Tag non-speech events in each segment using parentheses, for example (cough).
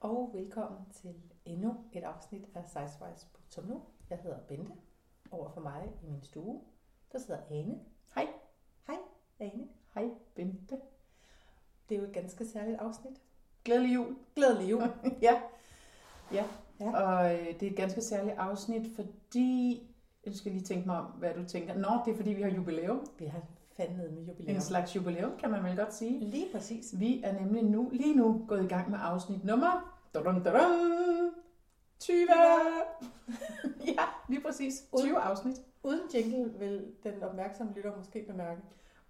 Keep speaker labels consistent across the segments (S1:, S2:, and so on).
S1: og velkommen til endnu et afsnit af Sizewise som nu. Jeg hedder Bente. Over for mig i min stue, der sidder Ane. Hej. Hej, Ane. Hej, Bente. Det er jo et ganske særligt afsnit.
S2: Glædelig jul.
S1: Glædelig
S2: (laughs)
S1: jul.
S2: Ja.
S1: Ja. Ja.
S2: Og øh, det er et ganske særligt afsnit, fordi... Jeg skal lige tænke mig om, hvad du tænker. Nå, det er fordi, vi har jubilæum.
S1: Vi har fandme med
S2: En
S1: jubilæum.
S2: slags jubilæum, kan man vel godt sige.
S1: Lige præcis.
S2: Vi er nemlig nu, lige nu gået i gang med afsnit nummer... Dun, dun,
S1: (laughs)
S2: 20! ja, lige præcis. 20 afsnit.
S1: Uden jingle vil den opmærksomme lytter måske bemærke.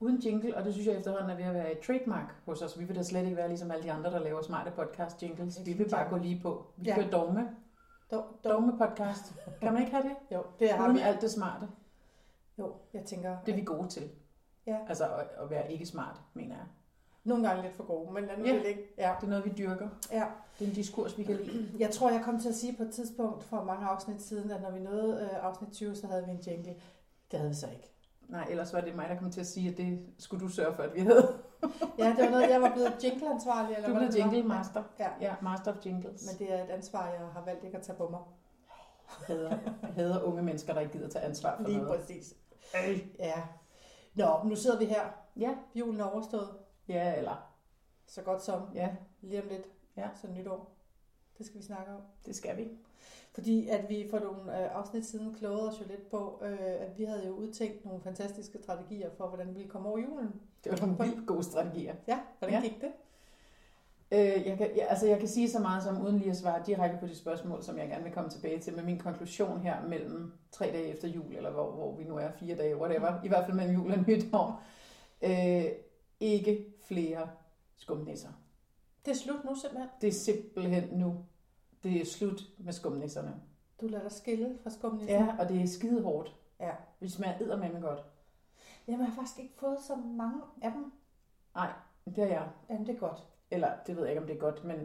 S2: Uden jingle, og det synes jeg efterhånden er ved at være et trademark hos os. Vi vil da slet ikke være ligesom alle de andre, der laver smarte podcast jingles. Vi vil bare gå lige på. Vi
S1: Ja.
S2: kører dogme.
S1: Dog, dog.
S2: Dogme podcast. Kan man ikke have det?
S1: Jo, det har
S2: Uden
S1: vi.
S2: alt det smarte.
S1: Jo, jeg tænker,
S2: Det er vi gode til.
S1: Ja.
S2: Altså at, at være ikke smart, mener jeg.
S1: nogle gange lidt for gode, men lad nu
S2: Ja.
S1: det ligge. Ja.
S2: Det er noget, vi dyrker.
S1: Ja.
S2: Det er en diskurs, vi kan lide.
S1: Jeg tror, jeg kom til at sige på et tidspunkt for mange afsnit siden, at når vi nåede øh, afsnit 20, så havde vi en jingle. Det havde vi så ikke.
S2: Nej, ellers var det mig, der kom til at sige, at det skulle du sørge for, at vi havde.
S1: Ja, det var noget, jeg var blevet jingleansvarlig. Eller
S2: Du
S1: hvad
S2: blev
S1: det var.
S2: jingle master.
S1: Ja,
S2: Ja, master of jingles.
S1: men det er et ansvar, jeg har valgt ikke at tage på mig.
S2: Jeg hader, jeg hader unge mennesker, der ikke gider tage ansvar for
S1: Lige
S2: noget.
S1: præcis.
S2: Øh.
S1: Ja. Nå, nu sidder vi her.
S2: Ja.
S1: Julen er overstået.
S2: Ja, eller
S1: Så godt som.
S2: ja,
S1: Lige om lidt.
S2: Ja.
S1: Så nytår. Det skal vi snakke om.
S2: det skal vi.
S1: Fordi at vi for nogle øh, afsnit siden klogede os jo lidt på, øh, at vi havde jo udtænkt nogle fantastiske strategier for, hvordan vi ville komme over julen.
S2: Det var nogle vildt gode strategier.
S1: Ja, hvordan
S2: Ja.
S1: gik det?
S2: Øh, jeg, kan, ja, altså jeg kan sige så meget som, uden lige at svare direkte på de spørgsmål, som jeg gerne vil komme tilbage til, med min konklusion her mellem tre dage efter jul, eller hvor, hvor vi nu er, fire dage, whatever, i hvert fald mellem jul og nytår, øh, ikke flere skumnisser.
S1: Det er slut nu simpelthen.
S2: Det er simpelthen nu, det er slut med skumnisserne.
S1: Du lader dig skille fra skumnissen?
S2: Ja, og det er skide hårdt.
S1: Mm. Ja.
S2: Vi smager eddermame godt.
S1: Jamen, jeg har faktisk ikke fået så mange af dem.
S2: Det er jeg.
S1: Jamen, det er godt.
S2: eller det ved jeg ikke, om det er godt, men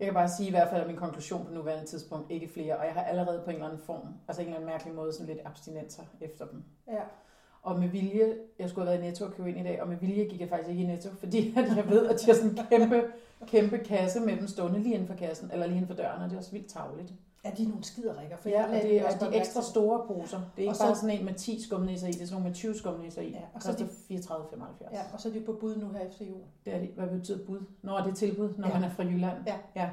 S2: jeg kan bare sige i hvert fald, at min konklusion på nuværende tidspunkt ikke flere, og jeg har allerede på en eller anden form, altså en eller anden mærkelig måde, sådan lidt abstinenser efter dem.
S1: Ja.
S2: Og med vilje, jeg skulle have været i Netto og købe ind i dag, og med vilje gik jeg faktisk ikke i Netto, fordi at jeg ved, at de har sådan en kæmpe, kæmpe kasse med dem stående lige inden for kassen, eller lige inden for døren, og det er også vildt tavligt.
S1: Er de nogle skiderikker? For
S2: Ja,
S1: jeg
S2: og
S1: lagde
S2: det
S1: dem
S2: er
S1: også
S2: de
S1: godt mærke
S2: ekstra
S1: til.
S2: store poser. Det er
S1: Og
S2: ikke
S1: så-
S2: bare sådan en med 10 skumnisser i, det er sådan nogle med 20 skumnisser i.
S1: Ja, og
S2: og
S1: så er
S2: så
S1: de-
S2: det 34,75.
S1: Ja, og så er de på bud nu her efter jul.
S2: Det er det. Hvad betyder bud? Nå, det er tilbud, når
S1: Ja.
S2: ja. man er fra Jylland.
S1: Ja.
S2: ja.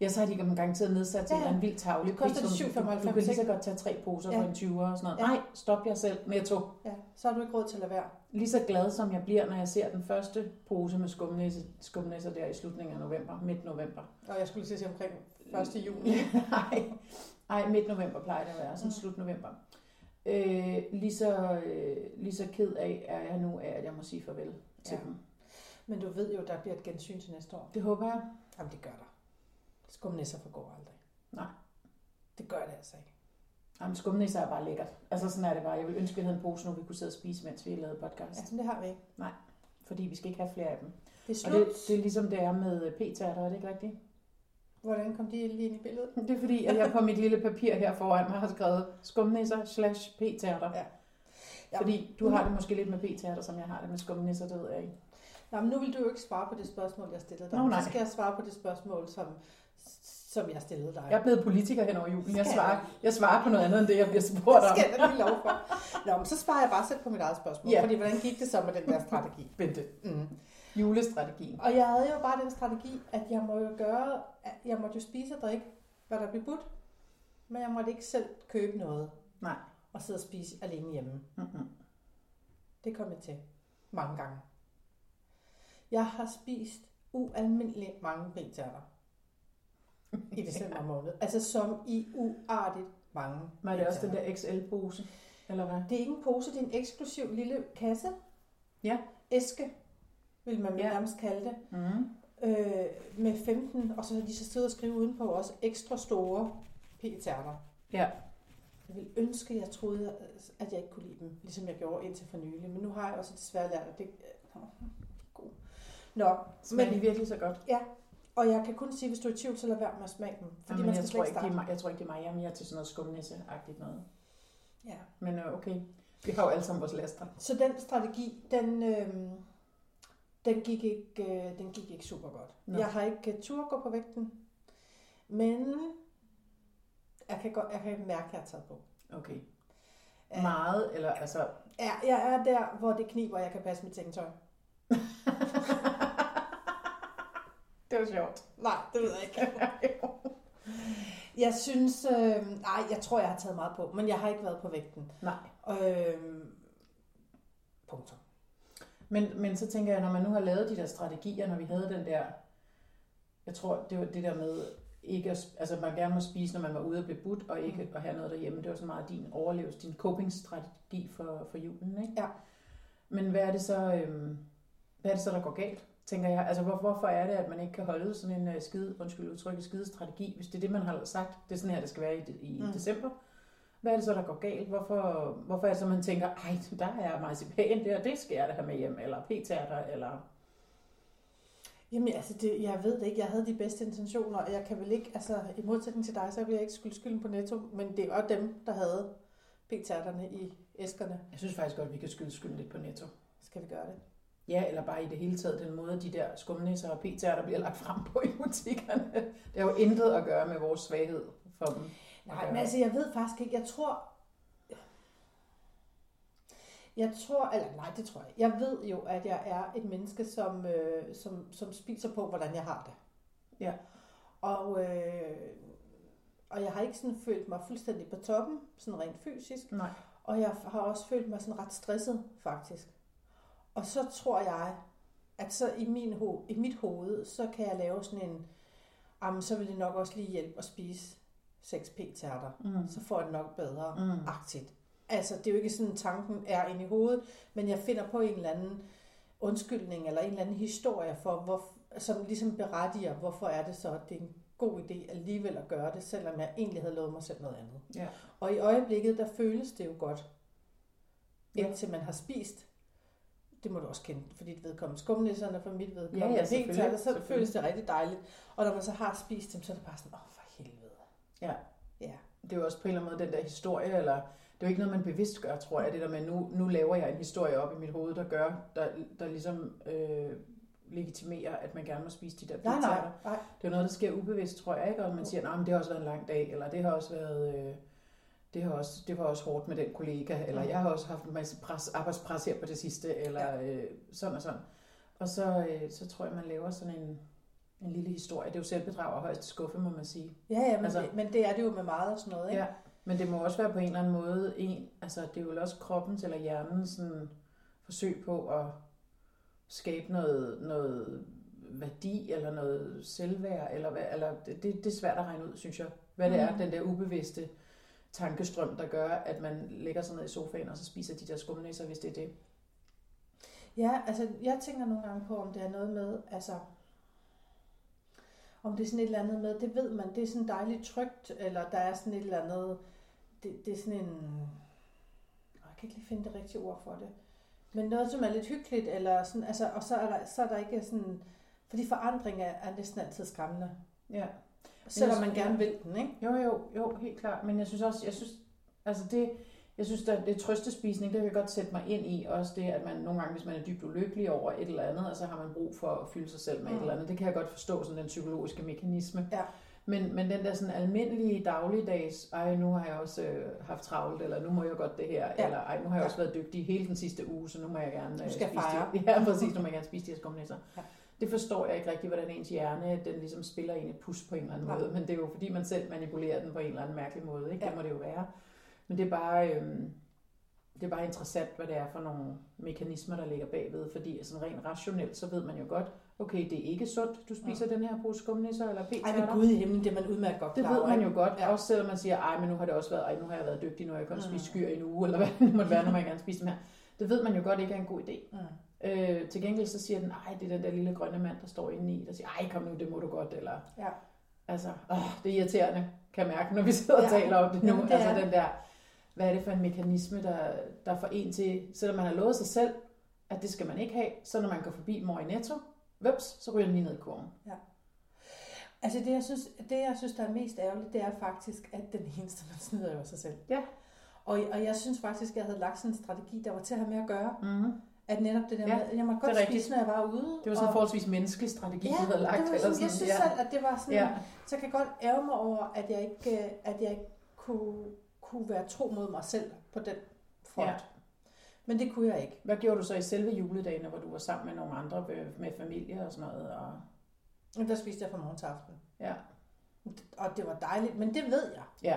S2: Ja, så har de ikke garanteret nedsat til
S1: Ja, ja.
S2: ja. en vild tavle.
S1: Det koster det 7,95,
S2: Du kan lige så
S1: ikke?
S2: godt tage tre poser
S1: Ja.
S2: ja. for en 20'er og sådan noget.
S1: Ja.
S2: Ja. Nej, stop jer selv. Netto.
S1: Ja, så har du ikke råd til at lade være.
S2: Lige så glad som jeg bliver, når jeg ser den første pose med skumnæsser, skumnæsser der i slutningen af november, midt november.
S1: Og jeg skulle til at sige omkring 1.
S2: (laughs)
S1: juli.
S2: Nej, Ej, midt november plejer det at være, sådan
S1: Mm.
S2: slut november. Øh, lige, så, øh, lige så ked af er jeg nu af, at jeg må sige farvel til
S1: Ja.
S2: ja. dem.
S1: Men du ved jo, der bliver et gensyn til næste år.
S2: Det håber jeg.
S1: Jamen, det gør der. Skumnisser forgår aldrig.
S2: Nej.
S1: Det gør det altså ikke.
S2: Jamen, skumnisser er bare lækkert. Altså, sådan er det bare. Jeg vil ønske, vi havde en pose nu, vi kunne sidde og spise, mens vi lavede podcast.
S1: Ja,
S2: Ja.
S1: men det har vi ikke.
S2: Fordi vi skal ikke have flere af dem.
S1: Det er
S2: Og
S1: slut.
S2: det, det er ligesom det er med p-tærter, er det ikke rigtigt?
S1: Hvordan kom de lige ind i billedet?
S2: (laughs) Det er fordi, at jeg på mit lille papir her foran mig har skrevet skumnisser slash p-tærter.
S1: Ja. Ja.
S2: Fordi du har det måske lidt med p-tærter, som jeg har det med skumnisser, det ved jeg ikke.
S1: Nå, men nu vil du jo ikke svare på det spørgsmål, jeg stillede dig.
S2: Nå, nej.
S1: Så skal jeg svare på det spørgsmål, som, som jeg stillede dig.
S2: Jeg er blevet politiker hen over julen. Jeg
S1: Skal
S2: svarer, jeg svarer på noget andet, end det, jeg bliver spurgt
S1: Det
S2: om.
S1: skal jeg da lige lov for. Nå, men så sparer jeg bare selv på mit eget spørgsmål. Ja.
S2: Ja.
S1: Fordi hvordan gik det så med den der strategi?
S2: (laughs) Vente.
S1: Mm.
S2: Julestrategien.
S1: Og jeg havde jo bare den strategi, at jeg må jo gøre, at jeg måtte jo spise og drikke, hvad der blev budt. Men jeg måtte ikke selv købe noget.
S2: Nej.
S1: Og sidde og spise alene hjemme.
S2: (laughs) Mm-mm.
S1: Det kom jeg til. Mange gange. Jeg har spist ualmindeligt mange pintærter i december måned. Altså som i uartigt mange.
S2: Men er det også
S1: pintærter.
S2: den der XL-pose? Eller hvad?
S1: Det er ikke en pose, det er en eksklusiv lille kasse.
S2: Ja.
S1: Æske, vil man ja.
S2: Ja.
S1: nærmest kalde det.
S2: Mm.
S1: Øh, med 15, og så har de så siddet og skrive udenpå også ekstra store p-terner.
S2: Ja.
S1: Jeg ville ønske, jeg troede, at jeg ikke kunne lide dem, ligesom jeg gjorde indtil for nylig. Men nu har jeg også desværre lært, at det øh, god. Nå,
S2: Smager de virkelig så godt?
S1: og jeg kan kun sige, hvis du er i tvivl, så lad være med at smage dem. Fordi
S2: Fordi
S1: man
S2: Jamen,
S1: skal
S2: jeg,
S1: slet
S2: tror
S1: ikke
S2: ikke, det
S1: starte.
S2: er, mig- jeg tror ikke, det er mig. Jeg er mere til sådan noget skumnisse-agtigt noget.
S1: Ja.
S2: Men øh, okay, vi har jo alle sammen vores laster.
S1: Så den strategi, den, øh, den, gik ikke, øh, den gik ikke super godt.
S2: Nå.
S1: Jeg har ikke øh, tur gå på vægten. Men jeg kan, godt, jeg kan mærke, at jeg er taget på.
S2: Okay.
S1: Ja.
S2: Meget, eller altså...
S1: Ja, jeg er der, hvor det kniber, jeg kan passe mit tænktøj.
S2: det var sjovt.
S1: Nej, det ved jeg ikke. (laughs) Jeg synes, øh, nej, jeg tror, jeg har taget meget på, men jeg har ikke været på vægten.
S2: Nej.
S1: Øh, punktum.
S2: Men, men så tænker jeg, når man nu har lavet de der strategier, når vi havde den der... Jeg tror, det var det der med ikke at, sp- altså man gerne må spise, når man var ude og blev budt, og
S1: Mm.
S2: ikke at have noget derhjemme. Det var så meget din overlevelse, din coping-strategi for, for julen, ikke?
S1: Ja.
S2: Men hvad er det så, øhm, hvad er det så, der går galt, tænker jeg? Altså hvor, hvorfor er det, at man ikke kan holde sådan en uh, skide, undskyld udtrykket, skide strategi, hvis det er det, man har sagt, det er sådan her, det skal være i, de- i
S1: Mm.
S2: mm. december? Hvad er det så, der går galt? Hvorfor, hvorfor er det så, man tænker, ej, der er marcipan der, det skal jeg da have med hjem, eller p-tærter, eller...
S1: Jamen, altså, det, jeg ved det ikke. Jeg havde de bedste intentioner, og jeg kan vel ikke, altså, i modsætning til dig, så vil jeg ikke skylde skylden på Netto, men det var dem, der havde p-tærterne i æskerne.
S2: Jeg synes faktisk godt, vi kan skyde skylden lidt på netto.
S1: Skal vi gøre det?
S2: Ja, eller bare i det hele taget, den måde, de der skumnisser og p-tærter der bliver lagt frem på i butikkerne. (laughs) Det har jo intet at gøre med vores svaghed for dem.
S1: Nej, men altså, jeg ved faktisk ikke. Jeg tror... Jeg tror, eller nej, det tror jeg. ikke. Jeg ved jo, at jeg er et menneske, som, øh, som, som spiser på, hvordan jeg har det.
S2: Ja.
S1: Og, øh, og jeg har ikke sådan følt mig fuldstændig på toppen, sådan rent fysisk.
S2: Nej.
S1: Og jeg har også følt mig sådan ret stresset, faktisk. Og så tror jeg, at så i, min ho- i mit hoved, så kan jeg lave sådan en, jamen så vil det nok også lige hjælpe at spise 6 p-tærter.
S2: Mm.
S1: Så får jeg det nok bedre
S2: Mm.
S1: agtigt. Altså, det er jo ikke sådan, tanken er inde i hovedet, men jeg finder på en eller anden undskyldning eller en eller anden historie for, hvor, som ligesom berettiger, hvorfor er det så, at det er en god idé alligevel at gøre det, selvom jeg egentlig havde lovet mig selv noget andet.
S2: Ja.
S1: Og i øjeblikket, der føles det jo godt,
S2: Ja.
S1: indtil man har spist. Det må du også kende, fordi dit vedkommende skumnisserne for mit vedkommende.
S2: Ja, ja,
S1: helt
S2: selvfølgelig,
S1: tærte, så
S2: selvfølgelig.
S1: føles det rigtig dejligt. Og når man så har spist dem, så er det bare sådan, åh oh, for helvede.
S2: det er jo også på en eller anden måde den der historie, eller det er jo ikke noget, man bevidst gør, tror jeg, det der med, nu, nu laver jeg en historie op i mit hoved, der gør, der, der ligesom øh, legitimerer, at man gerne må spise de der
S1: Nej, nej,
S2: pizzaer.
S1: nej.
S2: Det er jo noget, der sker ubevidst, tror jeg, ikke? Og man siger, nej, men det har også været en lang dag, eller det har også været... Øh, det, har også, det var også hårdt med den kollega, eller
S1: Mm.
S2: jeg har også haft en masse pres, arbejdspres her på det sidste, eller ja. øh, sådan og sådan. Og så, øh, så tror jeg, man laver sådan en, en lille historie. Det er jo selvbedrag og højst skuffe, må man sige.
S1: Ja, ja, men, altså,
S2: Altså-
S1: det, men det er det jo med meget og sådan noget, ikke?
S2: Ja, men det må også være på en eller anden måde en, altså det er jo også kroppens eller hjernens sådan, forsøg på at skabe noget, noget værdi eller noget selvværd, eller, hvad, eller det, det er svært at regne ud, synes jeg, hvad det er,
S1: Mhm.
S2: den der ubevidste tankestrøm, der gør, at man lægger sig ned i sofaen, og så spiser de der skumnæsser, hvis det er det.
S1: Ja, altså jeg tænker nogle gange på, om det er noget med, altså om det er sådan et eller andet med, det ved man, det er sådan dejligt trygt, eller der er sådan et eller andet, det, det er sådan en, åh, jeg kan ikke lige finde det rigtige ord for det, men noget, som er lidt hyggeligt, eller sådan, altså, og så er der, så er der ikke sådan, fordi forandring er, er næsten altid skræmmende,
S2: Ja.
S1: selvom
S2: jeg-
S1: man gerne vil den, ikke?
S2: Jo, jo, jo, helt klart. Men jeg synes også, jeg synes, altså det, jeg synes, der, det trøstespisning, det kan jeg godt sætte mig ind i. Også det, at man nogle gange, hvis man er dybt ulykkelig over et eller andet, og så har man brug for at fylde sig selv med
S1: Mm.
S2: et eller andet. Det kan jeg godt forstå, sådan den psykologiske mekanisme.
S1: Ja.
S2: Men, men den der sådan almindelige dagligdags, ej, nu har jeg også øh, haft travlt, eller nu må jeg godt det her,
S1: Ja.
S2: ja. eller ej, nu har jeg
S1: Ja.
S2: også været dygtig hele den sidste uge, så nu må jeg gerne øh,
S1: Nu skal jeg
S2: spise
S1: fejre.
S2: De, (laughs) ja, præcis, nu må jeg gerne spise de her skumnisser.
S1: Ja.
S2: Det forstår jeg ikke rigtig, hvordan ens hjerne den ligesom spiller en et pus på en eller anden
S1: Nej.
S2: måde, men det er jo fordi, man selv manipulerer den på en eller anden mærkelig måde, ikke?
S1: Ja.
S2: det må det jo være. Men det er bare, øhm, det er bare interessant, hvad det er for nogle mekanismer, der ligger bagved, fordi altså, sådan rent rationelt, så ved man jo godt, okay, det er ikke sundt, du spiser den her pose skumnisser eller p
S1: Ej, men gud i himlen, det er man udmærket godt
S2: det
S1: klar
S2: ved
S1: over,
S2: man
S1: ikke?
S2: jo godt,
S1: Ja.
S2: ja. også selvom man siger, ej, men nu har det også været, ej, nu har jeg været dygtig, nu har jeg kun
S1: Mm.
S2: spist skyr i en uge, eller hvad det måtte være, når man gerne spiser dem her. Det ved man jo godt ikke er en god idé.
S1: Mm.
S2: Øh, til gengæld så siger den, ej, det er den der lille grønne mand, der står inde i, der siger, ej, kom nu, det må du godt, eller...
S1: Ja.
S2: Altså, åh, det er irriterende, kan jeg mærke, når vi sidder og
S1: Ja.
S2: taler om det nu.
S1: Jamen, det
S2: altså
S1: er det.
S2: den der, hvad er det for en mekanisme, der, der får en til, selvom man har lovet sig selv, at det skal man ikke have, så når man går forbi mor i netto, vups, så ryger den lige ned i kurven.
S1: Altså det jeg, synes, det, jeg synes, der er mest ærgerligt, det er faktisk, at den eneste, man snyder, jo er sig selv.
S2: Ja.
S1: Og, og jeg synes faktisk, at jeg havde lagt sådan en strategi, der var til at have med at gøre.
S2: Mm-hmm.
S1: At netop det der
S2: Ja,
S1: med, jeg måtte
S2: det er
S1: godt
S2: rigtigt.
S1: spise, når jeg var ude.
S2: Det var sådan en
S1: Mhm. og,
S2: forholdsvis menneskelig strategi,
S1: ja,
S2: du havde lagt.
S1: det var
S2: eller
S1: sådan, jeg synes
S2: ja.
S1: selv, at det var sådan,
S2: ja.
S1: ja. så kan jeg godt ærge mig over, at jeg ikke, øh, at jeg ikke kunne, kunne være tro mod mig selv på den front.
S2: Ja.
S1: Ja. Men det kunne jeg ikke.
S2: Hvad gjorde du så i selve juledagene, hvor du var sammen med nogle andre øh, med familie og sådan noget? Og...
S1: Men der spiste jeg fra morgen til aften.
S2: Ja.
S1: Og det var dejligt, men det ved jeg.
S2: Ja.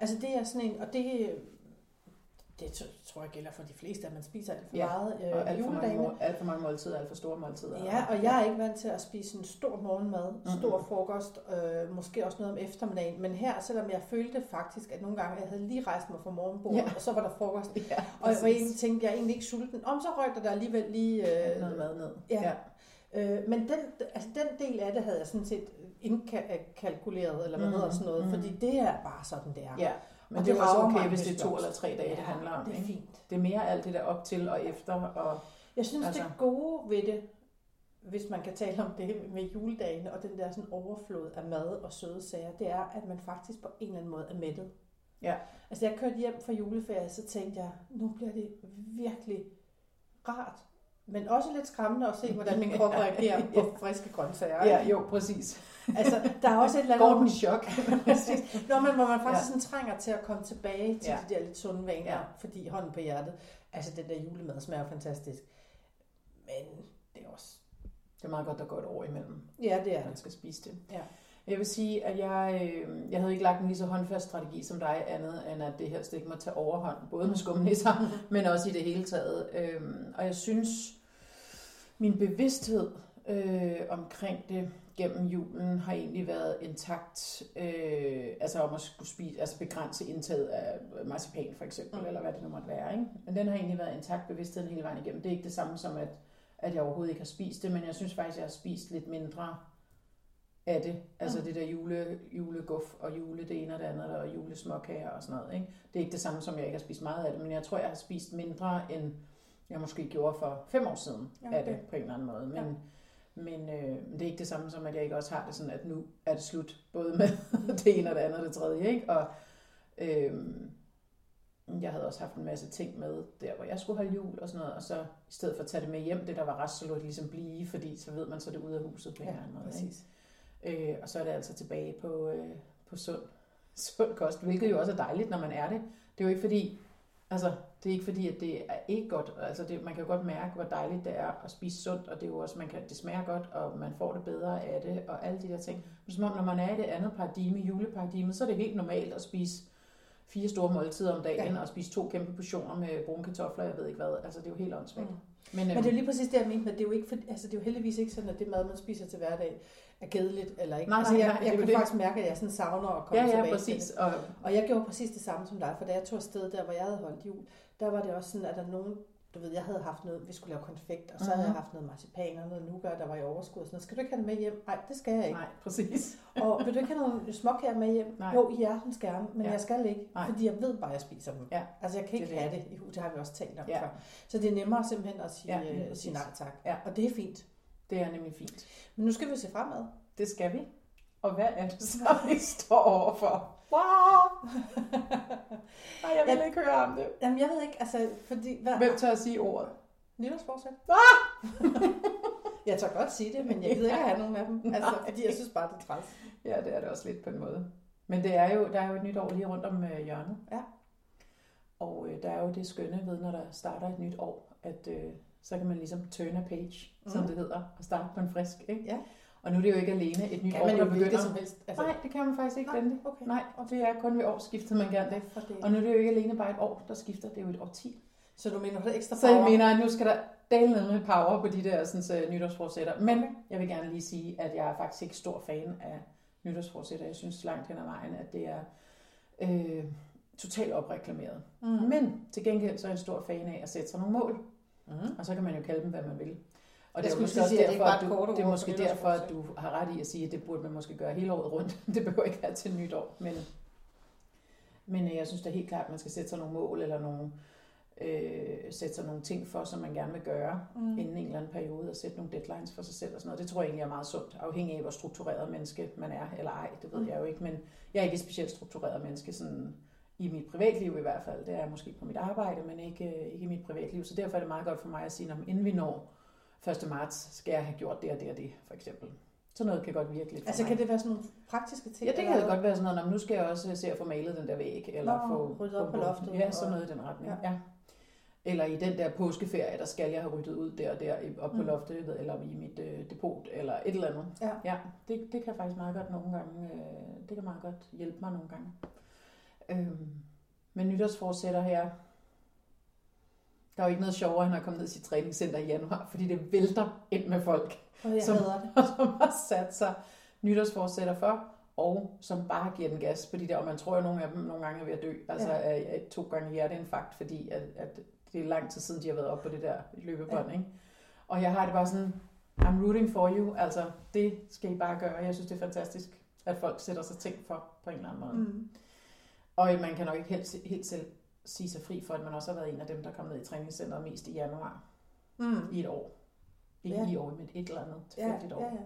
S1: Altså det er sådan en, og det, øh, det t- tror jeg gælder for de fleste, at man spiser alt for
S2: Ja,
S1: meget øh,
S2: Og alt for, mange,
S1: juledagene.
S2: må- alt for mange måltider, alt for store måltider.
S1: Ja, og jeg er ikke vant til at spise en stor morgenmad, stor
S2: Mhm.
S1: frokost, øh, måske også noget om eftermiddagen. Men her, selvom jeg følte faktisk, at nogle gange, jeg havde lige rejst mig fra morgenbordet,
S2: Ja.
S1: ja. og så var der frokost.
S2: (laughs) ja
S1: Og jeg var
S2: præcis.
S1: egentlig tænkte, jeg er egentlig ikke sulten. Om så røg der, der alligevel lige...
S2: Alt
S1: Øh,
S2: noget mad ned.
S1: ja.
S2: ja.
S1: øh, men den, altså, den del af det havde jeg sådan set indkalkuleret, eller hvad
S2: Mhm,
S1: hedder sådan noget.
S2: mhm.
S1: Fordi det er bare sådan, det er.
S2: ja. Men
S1: Og
S2: det er
S1: det
S2: jo også
S1: rager
S2: okay,
S1: mig,
S2: hvis det
S1: hvis
S2: er
S1: det
S2: to
S1: også-
S2: eller tre dage, det handler om.
S1: det er
S2: Ikke?
S1: fint.
S2: Det er mere alt det der op til og efter. Og...
S1: Jeg synes, altså.
S2: Altså.
S1: det gode ved det, hvis man kan tale om det med juledagene og den der sådan overflod af mad og søde sager, det er, at man faktisk på en eller anden måde er mættet.
S2: Ja.
S1: Altså, jeg kørte hjem fra juleferie, så tænkte jeg, nu bliver det virkelig rart, men også lidt skræmmende at se, hvordan min
S2: (laughs)
S1: krop reagerer
S2: Ja.
S1: på friske grøntsager.
S2: Ja, jo, præcis.
S1: Altså, der er også et eller andet...
S2: Går den i
S1: (laughs)
S2: (laughs) chok?
S1: Nå, men hvor man faktisk
S2: Ja.
S1: ja. sådan trænger til at komme tilbage til
S2: Ja.
S1: ja. de der lidt sunde vaner,
S2: Ja.
S1: ja. fordi hånden på hjertet, altså den der julemad smager jo fantastisk. Men det er også...
S2: Det er meget godt, der går et år imellem.
S1: Ja, det er
S2: at man
S1: det.
S2: skal spise det.
S1: Ja.
S2: Jeg vil sige, at jeg, øh, jeg havde ikke lagt en lige så håndfast strategi som dig, andet end at det helst ikke må tage overhånd, både med skumnisser, men også i det hele taget. Øh, og jeg synes, min bevidsthed øh, omkring det gennem julen har egentlig været intakt, øh, altså om at skulle spise, altså begrænse indtaget af marcipan for eksempel,
S1: Mm.
S2: eller hvad det nu måtte være. Ikke? Men den har egentlig været intakt bevidstheden hele vejen igennem. Det er ikke det samme som, at, at jeg overhovedet ikke har spist det, men jeg synes faktisk, at jeg har spist lidt mindre af det. Altså
S1: Mm.
S2: det der jule, juleguff og jule det ene og det andet, og julesmåkager og sådan noget. Ikke? Det er ikke det samme som, jeg ikke har spist meget af det, men jeg tror, jeg har spist mindre, end jeg måske gjorde for fem år siden
S1: Ja,
S2: okay. af
S1: okay.
S2: det, på en eller anden måde. Men,
S1: Ja.
S2: men øh, det er ikke det samme som, at jeg ikke også har det sådan, at nu er det slut, både med (laughs) det ene og det andet og det tredje. Ikke? Og, øh, jeg havde også haft en masse ting med der, hvor jeg skulle holde jul og sådan noget, og så i stedet for at tage det med hjem, det der var rest, så lå det ligesom blive, fordi så ved man, så er det ude af huset på en
S1: Ja,
S2: eller anden måde. Ikke?
S1: præcis.
S2: Øh, og så er det altså tilbage på, øh, på sund, (laughs) sund kost, hvilket jo også er dejligt, når man er det. Det er jo ikke fordi, altså, det er ikke fordi, at det er ikke godt. Altså, det, man kan jo godt mærke, hvor dejligt det er at spise sundt, og det er jo også, man kan, det smager godt, og man får det bedre af det, og alle de der ting. Men som om, når man er i det andet paradigme, juleparadigmet, så er det helt normalt at spise fire store måltider om dagen, ja.
S1: Ja.
S2: og spise to kæmpe portioner med brune kartofler, jeg ved ikke hvad. Altså, det er jo helt
S1: Mm.
S2: åndssvagt. Men,
S1: Men
S2: øhm,
S1: det er jo lige præcis det, jeg mente, men det er jo, ikke for, altså, det er jo heldigvis ikke sådan, at det mad, man spiser til hverdag, er kedeligt eller ikke.
S2: Nej,
S1: altså,
S2: nej,
S1: jeg,
S2: nej, det er
S1: jeg
S2: jo
S1: kan
S2: det.
S1: faktisk mærke, at jeg sådan savner at komme
S2: ja, ja,
S1: tilbage
S2: præcis.
S1: til
S2: Og,
S1: det. Og jeg gjorde præcis det samme som dig, for da jeg tog afsted der, hvor jeg havde holdt jul, der var det også sådan, at der nogen, du ved, jeg havde haft noget, vi skulle lave konfekt, og så havde
S2: Mhm.
S1: jeg haft noget marcipan og noget nougat, der var i overskud. og Sådan, noget. skal du ikke have det med hjem? Nej, det skal jeg ikke.
S2: nej, præcis.
S1: Og vil du ikke have nogle småkager med hjem?
S2: Nej.
S1: Jo, i hjertens gerne, men
S2: Ja.
S1: ja. jeg skal ikke,
S2: Nej.
S1: Nej. fordi jeg ved bare, at jeg spiser dem.
S2: Ja.
S1: Altså, jeg kan
S2: Det er
S1: ikke
S2: det.
S1: det have det i huset, det har vi også talt om
S2: Ja.
S1: ja. før. Så det er nemmere simpelthen at sige,
S2: Ja, lige
S1: ja,
S2: præcis.
S1: sige nej tak.
S2: Ja.
S1: Og det er fint.
S2: Det er nemlig fint.
S1: Men nu skal vi se fremad.
S2: Det skal vi. Og hvad er det så, (laughs) vi står overfor? Wow! (laughs) Nej, jeg vil
S1: Ja.
S2: ikke høre om det.
S1: Jamen, jeg ved ikke, altså, fordi... Hvad?
S2: Hvem tør at sige ordet?
S1: Nytårsforsæt? (laughs) Ah! jeg tør godt sige det, men jeg gider ikke at have nogen af (laughs) dem. Altså,
S2: Nej.
S1: fordi jeg synes bare, det er træls.
S2: Ja, det er det også lidt på en måde. Men det er jo, der er jo et nyt år lige rundt om øh, hjørnet.
S1: Ja.
S2: Og øh, der er jo det skønne ved, når der starter et nyt år, at øh, så kan man ligesom turn a page, mm. som
S1: Mhm.
S2: det hedder, og starte på en frisk. Ikke?
S1: Ja.
S2: Og nu er det jo ikke alene et nyt
S1: Kan
S2: år,
S1: man
S2: der
S1: jo hvilket
S2: begynder.
S1: som helst. Altså,
S2: Nej, det kan man faktisk ikke
S1: Nej,
S2: vente.
S1: okay.
S2: Nej, og det er kun ved årsskiftet, man gerne det.
S1: For det.
S2: Og nu er det jo ikke alene bare et år, der skifter, det er jo et årti.
S1: Så du mener, du har ekstra
S2: Så jeg
S1: power?
S2: mener, at nu skal der dale ned med power på de der sådan, uh, nytårsforsætter. Men
S1: Okay.
S2: jeg vil gerne lige sige, at jeg er faktisk ikke stor fan af nytårsforsætter. Jeg synes langt hen ad vejen, at det er øh, totalt opreklameret.
S1: Mm.
S2: Men til gengæld så er jeg en stor fan af at sætte sig nogle mål,
S1: Mm.
S2: og så kan man jo kalde dem, hvad man vil. Og
S1: Jeg
S2: det er, jo
S1: skulle
S2: måske
S1: lige
S2: også
S1: sige, at det ikke
S2: derfor, at
S1: var et
S2: du,
S1: kort
S2: det er
S1: ord
S2: måske
S1: for
S2: derfor, at du har ret i at sige, at det burde man måske gøre hele året rundt. (laughs) Det behøver ikke være til nytår. Men, men øh, jeg synes da helt klart, at man skal sætte sig nogle mål eller nogle, øh, sætte sig nogle ting for, som man gerne vil gøre
S1: Mm.
S2: inden en eller anden periode og sætte nogle deadlines for sig selv og sådan noget. Det tror jeg egentlig er meget sundt, afhængig af hvor struktureret menneske man er, eller ej, det ved
S1: Mm.
S2: jeg jo ikke, men jeg er ikke et specielt struktureret menneske sådan i mit privatliv i hvert fald. Det er jeg måske på mit arbejde, men ikke, øh, ikke i mit privatliv. Så derfor er det meget godt for mig at sige, "Nå, men inden vi når 1. marts, skal jeg have gjort det og det og det, for eksempel. Sådan noget kan godt virke lidt for
S1: Altså
S2: mig.
S1: kan det være sådan nogle praktiske ting?
S2: Ja, det kan jo godt være sådan noget, "Nå, men nu skal jeg også øh, se at få malet den der væg, eller
S1: Nå,
S2: få
S1: ryddet op på loftet
S2: Ja,
S1: og-
S2: sådan noget i den retning. Ja. ja. Eller i den der påskeferie, der skal jeg have ryddet ud der og der i- op på
S1: Mm.
S2: loftet, eller i mit øh, depot, eller et eller andet.
S1: Ja.
S2: ja det, det kan faktisk meget godt nogle gange, øh, det kan meget godt hjælpe mig nogle gange. Øhm, men nytårsforsætter her, der er jo ikke noget sjovere, end at komme ned i sit træningscenter i januar, fordi det vælter ind med folk
S1: Og jeg
S2: Som-
S1: hader det.
S2: og (laughs) som har sat sig nytårsforsætter for, og som bare giver den gas på de der, og man tror jo, at nogle af dem nogle gange er ved at dø, altså
S1: Ja.
S2: ja. er, er to gange hjerteinfarkt, fordi at, at det er lang tid siden, de har været oppe på det der løbebånd, ja. ikke? Og jeg har det bare sådan, I'm rooting for you, altså det skal I bare gøre, jeg synes det er fantastisk, at folk sætter sig ting for på en eller anden måde. Mm.
S1: Mm.
S2: Og man kan nok ikke helt, helt selv sige sig fri for, at man også har været en af dem, der kom ned i træningscenteret mest i januar
S1: Mm.
S2: i et år. Ikke
S1: Ja.
S2: ja. i år, men et eller andet
S1: Ja,
S2: tilfældigt år.
S1: ja, ja.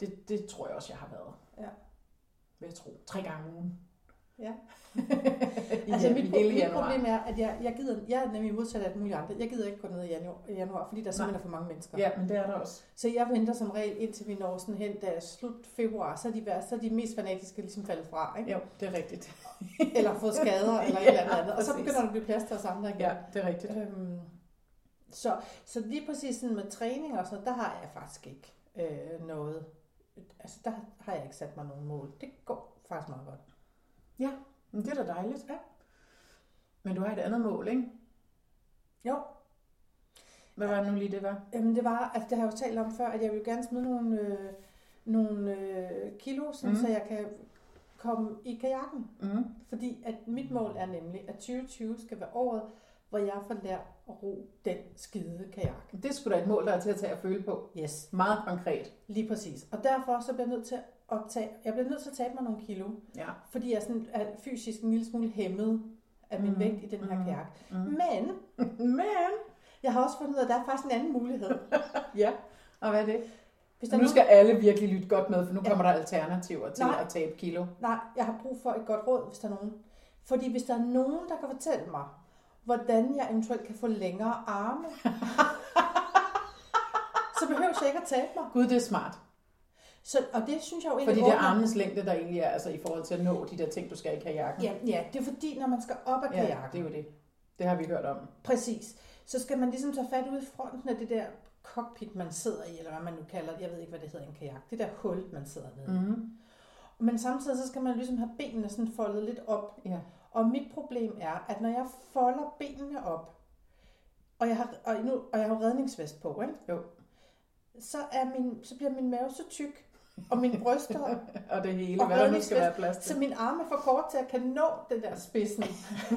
S2: Det, det tror jeg også, jeg har været.
S1: Ja.
S2: Vil jeg tro. Tre gange om ugen.
S1: Ja.
S2: (laughs) I,
S1: Altså,
S2: altså,
S1: mit,
S2: i
S1: pro-
S2: hele
S1: mit
S2: januar.
S1: problem er, at jeg, jeg, gider, jeg er nemlig modsat af alle mulige andre. Jeg gider ikke gå ned i januar, januar fordi der simpelthen er for mange mennesker.
S2: Ja, men det er der også.
S1: Så jeg venter som regel indtil vi når sådan hen, da slut februar, så er de, værste, så er de mest fanatiske ligesom faldet fra, ikke?
S2: Jo, det er rigtigt.
S1: (laughs) eller fået skader, eller et
S2: (laughs) Ja,
S1: eller andet andet. Og så
S2: præcis.
S1: begynder der at blive plads til os andre igen.
S2: Ja, det er rigtigt.
S1: Øhm, så, så lige præcis sådan med træning og sådan, der har jeg faktisk ikke øh, noget. Altså der har jeg ikke sat mig nogen mål. Det går faktisk meget godt.
S2: Men det er da dejligt. Ja. Men du har et andet mål, ikke?
S1: Jo.
S2: Hvad var det nu lige, det var?
S1: Jamen det var, altså det har jeg jo talt om før, at jeg vil gerne smide nogle, øh, nogle øh, kilo, sådan, mm.
S2: Mhm.
S1: så jeg kan komme i kajakken.
S2: Mm.
S1: Fordi at mit mål er nemlig, at 2020 skal være året, hvor jeg får lært at ro den skide kajak.
S2: Det er sgu da et mål, der er til at tage at føle på.
S1: Yes.
S2: Meget konkret.
S1: Lige præcis. Og derfor så bliver jeg nødt til at tage, jeg bliver nødt til at tabe mig nogle kilo,
S2: Ja.
S1: fordi jeg sådan er fysisk en lille smule hæmmet af min
S2: Mhm.
S1: vægt i den her
S2: Mhm.
S1: kajak.
S2: Mm.
S1: Men (laughs)
S2: Men,
S1: jeg har også fundet ud af, at der er faktisk en anden mulighed.
S2: ja. Og hvad er det?
S1: Hvis der er
S2: Nu skal alle virkelig lytte godt med, for nu
S1: Ja.
S2: kommer der alternativer til
S1: Nej.
S2: at tabe kilo.
S1: nogen, nej, jeg har brug for et godt råd, hvis der er nogen. Fordi hvis der er nogen, der kan fortælle mig, hvordan jeg eventuelt kan få længere arme, (laughs) så behøver jeg ikke at tabe mig.
S2: Gud, det er smart.
S1: Så, og det synes jeg jo egentlig
S2: Fordi det er
S1: ordner-
S2: armenes længde, der egentlig er, altså i forhold til at nå de der ting, du skal i kajakken.
S1: Ja, ja, det er fordi, når man skal op ad kajakken,
S2: ja det er jo det. Det har vi hørt om.
S1: Præcis. Så skal man ligesom tage fat ude i fronten af det der cockpit, man sidder i, eller hvad man nu kalder det. Jeg ved ikke, hvad det hedder en kajak. Det der hul, man sidder nede. Mm. Men samtidig så skal man ligesom have benene sådan foldet lidt op.
S2: Ja.
S1: Og mit problem er, at når jeg folder benene op, og jeg har, og nu, og jeg har jo redningsvest på, ikke?
S2: Jo.
S1: Så, er min, så bliver min mave så tyk, og mine bryster,
S2: (laughs) Og det hele,
S1: Og
S2: hvad der nu skal
S1: redningsvest,
S2: være
S1: (laughs)
S2: plads til.
S1: så min arme er for kort til, at jeg kan nå den der spidsen.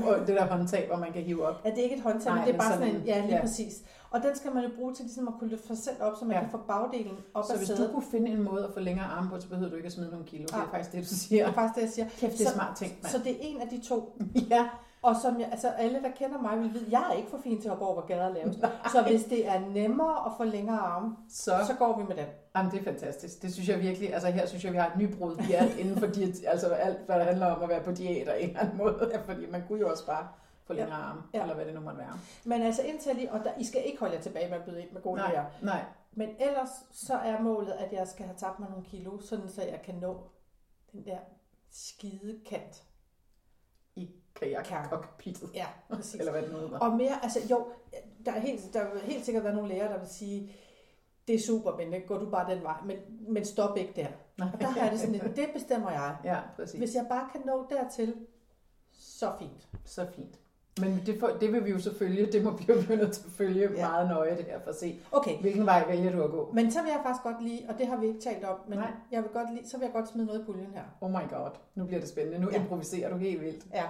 S2: Og det der håndtag, hvor man kan hive op.
S1: Ja, det er ikke et håndtag, men
S2: Nej,
S1: det er
S2: men
S1: bare
S2: sådan
S1: sådan en,
S2: en-
S1: ja, lige
S2: ja.
S1: præcis. Og den skal man jo bruge til ligesom at kunne løfte sig selv op, så man
S2: Ja.
S1: ja. kan få bagdelen op
S2: Så
S1: af
S2: hvis du
S1: sædet.
S2: kunne finde en måde at få længere arme på, så behøver du ikke at smide nogle kilo. Det er
S1: Ah.
S2: faktisk det, du
S1: Det
S2: siger.
S1: er faktisk det, jeg siger.
S2: Kæft, det er
S1: Så-
S2: smart tænkt, mand.
S1: Så det er en af de to.
S2: (laughs) Ja,
S1: Og som jeg, altså alle, der kender mig, vil vide, jeg er ikke for fin til at gå over, hvor gader
S2: (laughs)
S1: laves. Så hvis det er nemmere at få længere arme,
S2: så...
S1: så går vi med den.
S2: Jamen, det er fantastisk. Det synes jeg virkelig, altså her synes jeg, vi har et nybrud i alt inden for diæt, altså alt, hvad der handler om at være på diæt og en eller anden måde. Fordi man kunne jo også bare få længere arme,
S1: Ja.
S2: eller hvad det nu måtte være.
S1: Men altså indtil lige, og der, I skal ikke holde jer tilbage med at byde ind med gode idéer.
S2: nej.
S1: Men ellers så er målet, at jeg skal have tabt mig nogle kilo, sådan så jeg kan nå den der skide kant.
S2: I kajakcockpittet.
S1: Ja, præcis.
S2: Eller hvad det nu hedder.
S1: Og mere, altså jo, der er helt, der vil helt sikkert være nogle lærere, der vil sige, det er super, men går du bare den vej, men, men stop ikke der. Og der har jeg det sådan lidt, det bestemmer jeg.
S2: Ja, præcis.
S1: Hvis jeg bare kan nå dertil, så fint.
S2: Så fint. Men det, for, det vil vi jo så følge. Det må vi jo blive nødt til at følge
S1: Ja.
S2: ja. meget nøje, det her, for at se,
S1: Okay,
S2: hvilken vej vælger du at gå.
S1: men så vil jeg faktisk godt lide, og det har vi ikke talt om, men
S2: Nej.
S1: jeg vil godt lide, så vil jeg godt smide noget i puljen her.
S2: Oh my god, nu bliver det spændende. Nu
S1: Ja.
S2: ja. improviserer du helt vildt.
S1: Ja.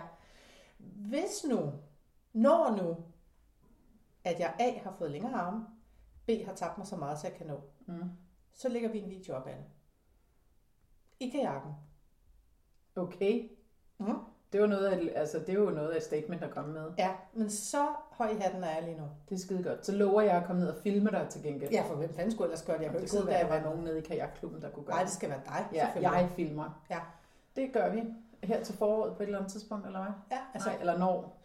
S1: Hvis nu, når nu, at jeg A har fået længere arme, B har tabt mig så meget, så jeg kan nå,
S2: Mm.
S1: så lægger vi en video op af det. I kajakken.
S2: Okay.
S1: Mhm.
S2: Det, var noget af, et- altså, det er jo noget af et statement at komme med.
S1: Ja, men så høj i hatten er jeg lige nu.
S2: Det er skide godt. Så lover jeg at komme ned og filme dig til gengæld.
S1: Ja, for hvem fanden skulle ellers gøre det? Jeg kan jo
S2: Jeg kunne
S1: ikke sidde
S2: sidde,
S1: der i
S2: at der var
S1: vandet.
S2: nogen nede i kajakklubben, der kunne gøre
S1: Nej, det
S2: det.
S1: skal være dig,
S2: Ja,
S1: selvfølgelig.
S2: jeg filmer.
S1: Ja.
S2: Det gør vi. her til foråret på et eller andet tidspunkt, eller hvad?
S1: Ja, altså,
S2: Altså, nej. eller når?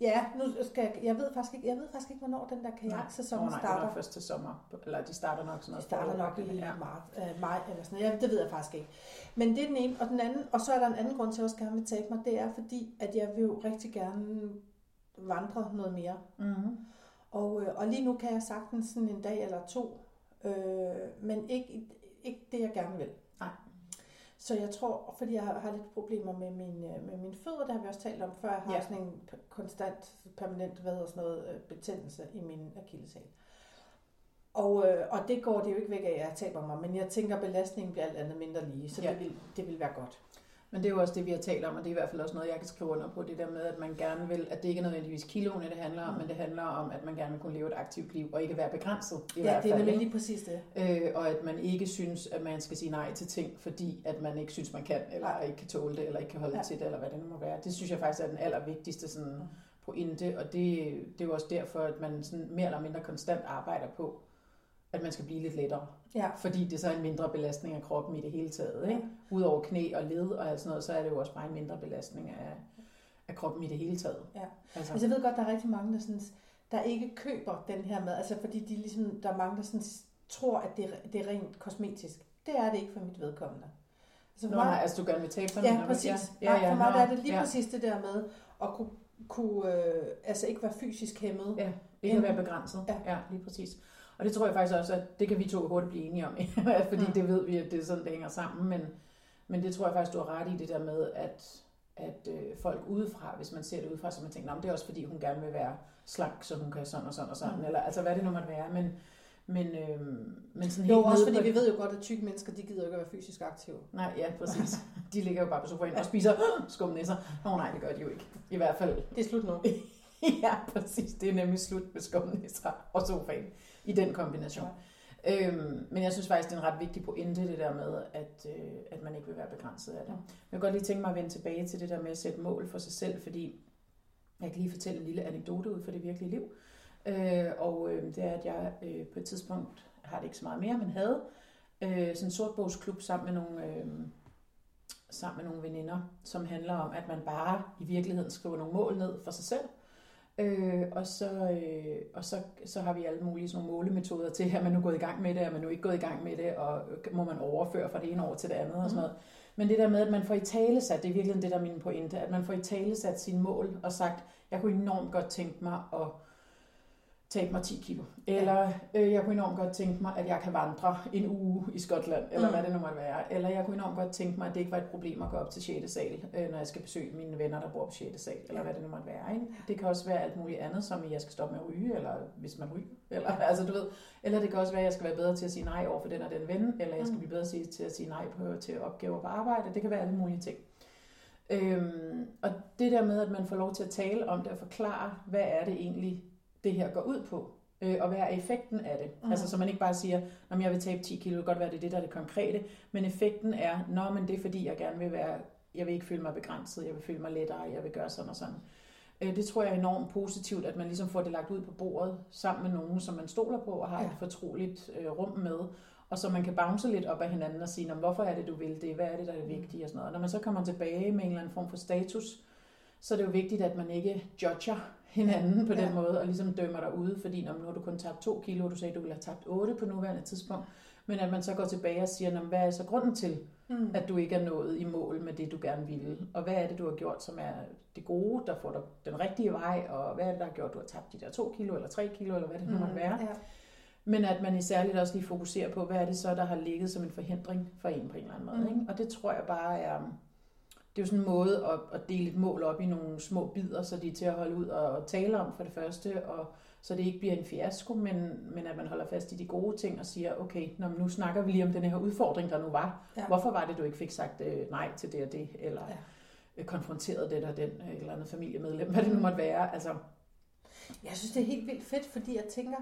S1: ja, nu skal jeg, jeg ved faktisk ikke, jeg ved faktisk ikke, hvornår den der
S2: Nå,
S1: kajaksæson
S2: nej, det er
S1: starter.
S2: nok først til sommer. Eller de starter nok sådan
S1: Det
S2: noget.
S1: starter nok i
S2: ja.
S1: ja. marts, øh, maj eller sådan noget. Ja, det ved jeg faktisk ikke. Men det er den ene. Og, den anden, og så er der en anden grund til, at jeg også gerne vil tabe mig. Det er fordi, at jeg vil jo rigtig gerne vandre noget mere.
S2: Mm-hmm.
S1: Og, øh, og lige nu kan jeg sagtens sådan en dag eller to, øh, men ikke, ikke det, jeg gerne vil.
S2: Nej.
S1: Så jeg tror, fordi jeg har, har lidt problemer med, min, øh, med mine fødder, det har vi også talt om før, jeg har
S2: Ja.
S1: ja. sådan en p- konstant, permanent, hvad hedder sådan noget, øh, betændelse i min akilleshæl. Og, øh, og det går det jo ikke væk af, at jeg taber mig, men jeg tænker, at belastningen bliver alt andet mindre lige, så
S2: Ja.
S1: ja. det, vil, det vil være godt.
S2: Men det er jo også det, vi har talt om, og det er i hvert fald også noget, jeg kan skrive under på, det der med, at man gerne vil, at det ikke er nødvendigvis kiloene, det handler om,
S1: Mm.
S2: men det handler om, at man gerne vil kunne leve et aktivt liv, og ikke være begrænset i
S1: Ja,
S2: hvert
S1: det er
S2: fald.
S1: nemlig
S2: ikke?
S1: lige præcis det.
S2: Øh, og at man ikke synes, at man skal sige nej til ting, fordi at man ikke synes, man kan, eller
S1: Nej.
S2: ikke kan tåle det, eller ikke kan holde ja.
S1: Ja.
S2: til det, eller hvad det nu må være. Det synes jeg faktisk er den allervigtigste sådan, pointe, og det, det er jo også derfor, at man sådan mere eller mindre konstant arbejder på, at man skal blive lidt lettere.
S1: Ja.
S2: Fordi det så er en mindre belastning af kroppen i det hele taget. Ikke? Udover knæ og led og alt sådan noget, så er det jo også bare en mindre belastning af, af kroppen i det hele taget.
S1: Ja.
S2: Altså,
S1: Altså jeg ved godt, der er rigtig mange, der, sådan, der ikke køber den her mad, altså fordi de ligesom, der er mange, der sådan, tror, at det, er- det er rent kosmetisk. Det er det ikke for mit vedkommende. Altså, for
S2: Nå, nej, altså du gerne vil tabe dig? mener
S1: ja,
S2: du?
S1: præcis.
S2: Ja, ja, ja,
S1: nej, for mig
S2: nå,
S1: der er det lige
S2: ja.
S1: præcis det der med at kunne, kunne øh, altså ikke være fysisk hæmmet.
S2: Ja. Ikke at
S1: Ja.
S2: være begrænset.
S1: Ja.
S2: ja, lige præcis. Og det tror jeg faktisk også, at det kan vi to hurtigt blive enige om, (laughs) fordi
S1: Mm.
S2: det ved vi, at det er sådan, det hænger sammen. Men, men det tror jeg faktisk, du har ret i, det der med, at, at øh, folk udefra, hvis man ser det udefra, så man tænker, "Nå, men det er også fordi, hun gerne vil være slank, så hun kan sådan og sådan og sådan,
S1: Mm.
S2: eller altså hvad det nu måtte være. Men, men, øh, men sådan
S1: Jo,
S2: helt
S1: også
S2: nede
S1: fordi
S2: på-
S1: vi ved jo godt, at tykke mennesker, de gider jo ikke at være fysisk aktive.
S2: Nej, ja, præcis. De ligger jo bare på sofaen og spiser (gasps) skumnæsser. Åh oh, nej, det gør de jo ikke. I hvert fald
S1: Det er slut nu.
S2: (laughs) ja, præcis. Det er nemlig slut med skumnæsser og sofaen i den kombination. Ja. Øhm, men jeg synes faktisk, det er en ret vigtig pointe, det der med, at, øh, at man ikke vil være begrænset af det.
S1: Mm.
S2: Jeg kan godt lige tænke mig at vende tilbage til det der med at sætte mål for sig selv, fordi jeg kan lige fortælle en lille anekdote ud fra det virkelige liv. Øh, og øh, det er, at jeg øh, på et tidspunkt, jeg har det ikke så meget mere, men havde øh, sådan en sortbogsklub sammen med nogle... Øh, sammen med nogle veninder, som handler om, at man bare i virkeligheden skriver nogle mål ned for sig selv, Øh, og så, øh, og så, så har vi alle mulige sådan nogle målemetoder til, er man nu gået i gang med det, er man nu ikke gået i gang med det, og må man overføre fra det ene år til det andet og sådan noget. Men det der med, at man får i tale sat, det er virkelig det, der er min pointe, at man får i tale sat sine mål og sagt, jeg kunne enormt godt tænke mig at tabe mig 10 kilo, eller øh, jeg kunne enormt godt tænke mig, at jeg kan vandre en uge i Skotland, eller mm.
S1: Mm.
S2: hvad det nu måtte være, eller jeg kunne enormt godt tænke mig, at det ikke var et problem at gå op til 6. sal, øh, når jeg skal besøge mine venner, der bor på 6. sal, eller
S1: Ja.
S2: hvad det nu måtte være. Ikke? Det kan også være alt muligt andet, som i, jeg skal stoppe med at ryge, eller hvis man ryger, eller, (laughs) altså, du ved, eller det kan også være, at jeg skal være bedre til at sige nej over for den og den ven, eller jeg skal
S1: Mm.
S2: blive bedre til- til at sige nej på, til opgaver på arbejde. Det kan være alle mulige ting. Øhm, og det der med, at man får lov til at tale om det og forklare, hvad er det egentlig, det her går ud på, øh, og hvad er effekten af det. Mm.
S1: Mm.
S2: Altså så man ikke bare siger, når jeg vil tabe 10 kilo, det kan godt være, det er det, der er det konkrete, men effekten er, nå, men det er fordi, jeg gerne vil være, jeg vil ikke føle mig begrænset, jeg vil føle mig lettere, jeg vil gøre sådan og sådan. Øh, Det tror jeg er enormt positivt, at man ligesom får det lagt ud på bordet sammen med nogen, som man stoler på og har ja.
S1: Ja.
S2: et fortroligt øh, rum med. Og så man kan bounce lidt op af hinanden og sige, "Nå, men hvorfor er det, du vil det? Hvad er det, der er det
S1: Mm.
S2: vigtige? Og sådan noget. Og når man så kommer tilbage med en eller anden form for status, så er det jo vigtigt, at man ikke judger hinanden på den
S1: Ja.
S2: måde og ligesom dømmer dig ude, fordi "Nå, men nu har du kun tabt 2 kilo, og du sagde, du ville have tabt 8 på nuværende tidspunkt. Men at man så går tilbage og siger, "Nå, men hvad er så grunden til,
S1: Mm.
S2: at du ikke er nået i mål med det, du gerne ville. Og hvad er det, du har gjort, som er det gode, der får dig den rigtige vej, og hvad er det, der har gjort, du har tabt de der to kilo, eller tre kilo, eller hvad det nu måtte være.
S1: Mm. Ja.
S2: Men at man i særligt også lige fokuserer på, hvad er det så, der har ligget som en forhindring for en på en eller anden måde.
S1: Mm.
S2: Ikke? Og det tror jeg bare er, det er jo sådan en måde at, at dele et mål op i nogle små bidder, så de er til at holde ud og, og tale om for det første, og så det ikke bliver en fiasko, men, men at man holder fast i de gode ting og siger, okay, nå, men nu snakker vi lige om den her udfordring, der nu var.
S1: Ja.
S2: Hvorfor var det, du ikke fik sagt øh, nej til det og det, eller ja.
S1: Ja.
S2: øh, konfronteret den og den, øh, et eller andet familiemedlem, hvad det nu måtte være? Altså,
S1: Jeg synes, det er helt vildt fedt, fordi jeg tænker,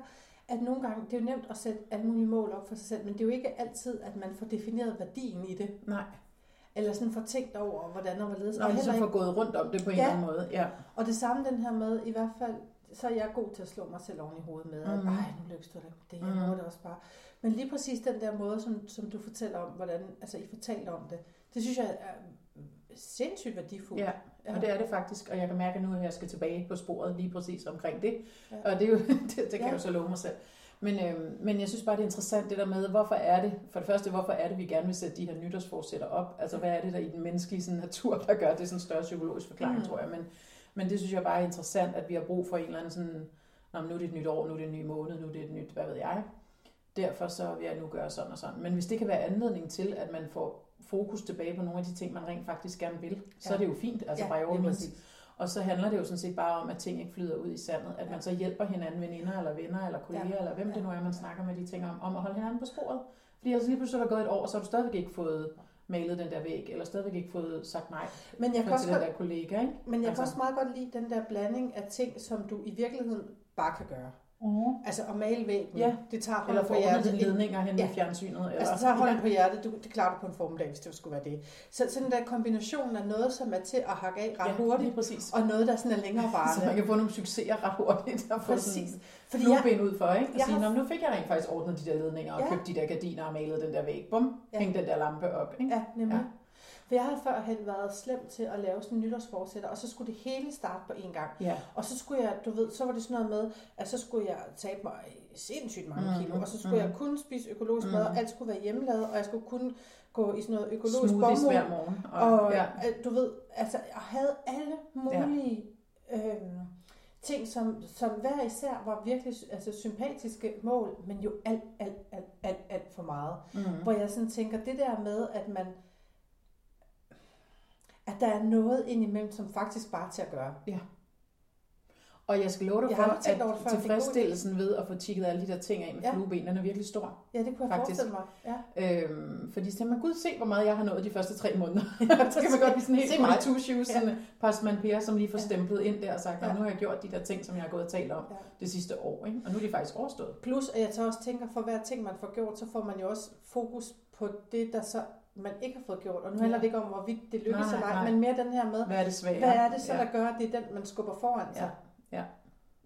S1: at nogle gange, det er jo nemt at sætte alle mulige mål op for sig selv, men det er jo ikke altid, at man får defineret værdien i det,
S2: nej,
S1: eller sådan får tænkt over, hvordan og hvorledes.
S2: når
S1: og,
S2: man så
S1: heller
S2: får
S1: ikke,
S2: gået rundt om det på en
S1: Ja.
S2: eller anden måde. Ja.
S1: og det samme den her med, i hvert fald, så er jeg god til at slå mig selv oven i hovedet med, at
S2: Mhm.
S1: mm. ej, nu lykkes du da ikke med det,
S2: Mhm.
S1: jeg mm. det også bare. Men lige præcis den der måde, som, som du fortæller om, hvordan, altså I fortalte om det, det synes jeg er sindssygt værdifuldt.
S2: Ja,
S1: Ja.
S2: og det er det faktisk, og jeg kan mærke at nu, at jeg skal tilbage på sporet lige præcis omkring det.
S1: Ja.
S2: Ja. Og det, er jo, (laughs) det, det kan
S1: Ja.
S2: jeg jo så love mig selv. Men, øh, men jeg synes bare, det er interessant det der med, hvorfor er det, for det første, hvorfor er det, vi gerne vil sætte de her nytårsforsætter op? Altså, hvad er det der i den menneskelige sådan, natur, der gør det er sådan en større psykologisk forklaring,
S1: Mm.
S2: mm. tror jeg. Men, men det synes jeg bare er interessant, at vi har brug for en eller anden sådan, Nå, men nu er det et nyt år, nu er det en ny måned, nu er det et nyt, hvad ved jeg. Derfor så vil jeg nu gøre sådan og sådan. Men hvis det kan være anledning til, at man får fokus tilbage på nogle af de ting, man rent faktisk gerne vil, så
S1: Ja.
S2: er det jo fint. Altså
S1: Ja,
S2: bare i
S1: lige
S2: overhovedet.
S1: præcis.
S2: Og så handler det jo sådan set bare om, at ting ikke flyder ud i sandet. At
S1: Ja.
S2: man så hjælper hinanden, veninder eller venner eller kolleger,
S1: Ja.
S2: ja. eller hvem
S1: Ja.
S2: det nu er, man snakker med de ting om, om at holde hinanden på sporet. Fordi altså lige pludselig er der gået et år, og så har du stadigvæk ikke fået malet den der væg, eller stadigvæk ikke fået sagt nej
S1: Men jeg, kan også
S2: til den
S1: godt,
S2: der kollega, ikke?
S1: men jeg
S2: altså-
S1: kan også meget godt lide den der blanding af ting, som du i virkeligheden bare kan gøre.
S2: Uh-huh.
S1: Altså at male væggen,
S2: Ja.
S1: det tager
S2: Eller
S1: hånden
S2: få
S1: på
S2: ordnet
S1: hjertet.
S2: dine ledninger hen
S1: Ja.
S2: i fjernsynet. Eller...
S1: Altså tager hånden på hjertet, du, det klarer du på en formiddag, hvis det skulle være det. Så sådan der kombination af noget, som er til at hakke af ret ja,
S2: ja,
S1: hurtigt,
S2: lige præcis.
S1: og noget, der sådan er længere
S2: (laughs) Så man
S1: varende.
S2: kan få nogle succeser ret hurtigt. Og få
S1: Præcis.
S2: sådan
S1: Fordi jeg,
S2: flueben ud for, ikke? Og
S1: jeg
S2: sige,
S1: har-
S2: "Nå, men nu fik jeg rent faktisk ordnet de der ledninger, og
S1: Ja.
S2: købt de der gardiner og malet den der væg. Bum,
S1: Ja.
S2: ja. hæng den der lampe op, ikke?
S1: ja, nemlig. Ja.
S2: Ja.
S1: For jeg har førhen været slem til at lave sådan en nytårsforsætter, og så skulle det hele starte på én gang.
S2: Ja.
S1: Og så skulle jeg, du ved, så var det sådan noget med, at så skulle jeg tabe mig sindssygt mange
S2: Mhm,
S1: kilo, og så skulle
S2: mhm.
S1: jeg kun spise økologisk
S2: Mhm.
S1: mad, og alt skulle være hjemmelavet, og jeg skulle kun gå i sådan noget økologisk
S2: smoothies
S1: bomuld.
S2: hver morgen.
S1: Og
S2: ja.
S1: ja. du ved, altså, jeg havde alle mulige ja. øhm, ting, som, som hver især var virkelig altså, sympatiske mål, men jo alt, alt, alt, alt, alt for meget.
S2: Mm.
S1: Hvor jeg sådan tænker, det der med, at man at der er noget indimellem, som faktisk bare er til at gøre.
S2: Og jeg skal love dig
S1: Jeg
S2: for,
S1: har aldrig tænkt over det før, det er en god idé.
S2: at tilfredsstillelsen ved at få tikket alle de der ting af med
S1: Ja.
S2: ja. flueben, den er virkelig stor.
S1: Ja, det kunne jeg
S2: Faktisk.
S1: forestille mig. Ja.
S2: Øhm, fordi så man, gud, se hvor meget jeg har nået de første tre måneder.
S1: (laughs)
S2: så kan man godt blive sådan helt
S1: Se
S2: cool
S1: mig.
S2: two shoes,
S1: Ja.
S2: sådan en postmand Per, som lige får
S1: Ja.
S2: stemplet ind der og sagt,
S1: Ja.
S2: "Nå, nu har jeg gjort de der ting, som jeg har gået og talt om
S1: Ja.
S2: det sidste år, ikke? og nu er de faktisk overstået.
S1: Plus, at jeg så også tænker, for hver ting, man får gjort, så får man jo også fokus på det, der så man ikke har fået gjort. Og nu handler
S2: Ja.
S1: det ikke om, hvorvidt det lykkes
S2: Nej,
S1: eller ej,
S2: nej.
S1: men mere den her med,
S2: Hvad er det svære?
S1: hvad er det så,
S2: ja.
S1: der gør, at det er den, man skubber foran sig?
S2: Ja.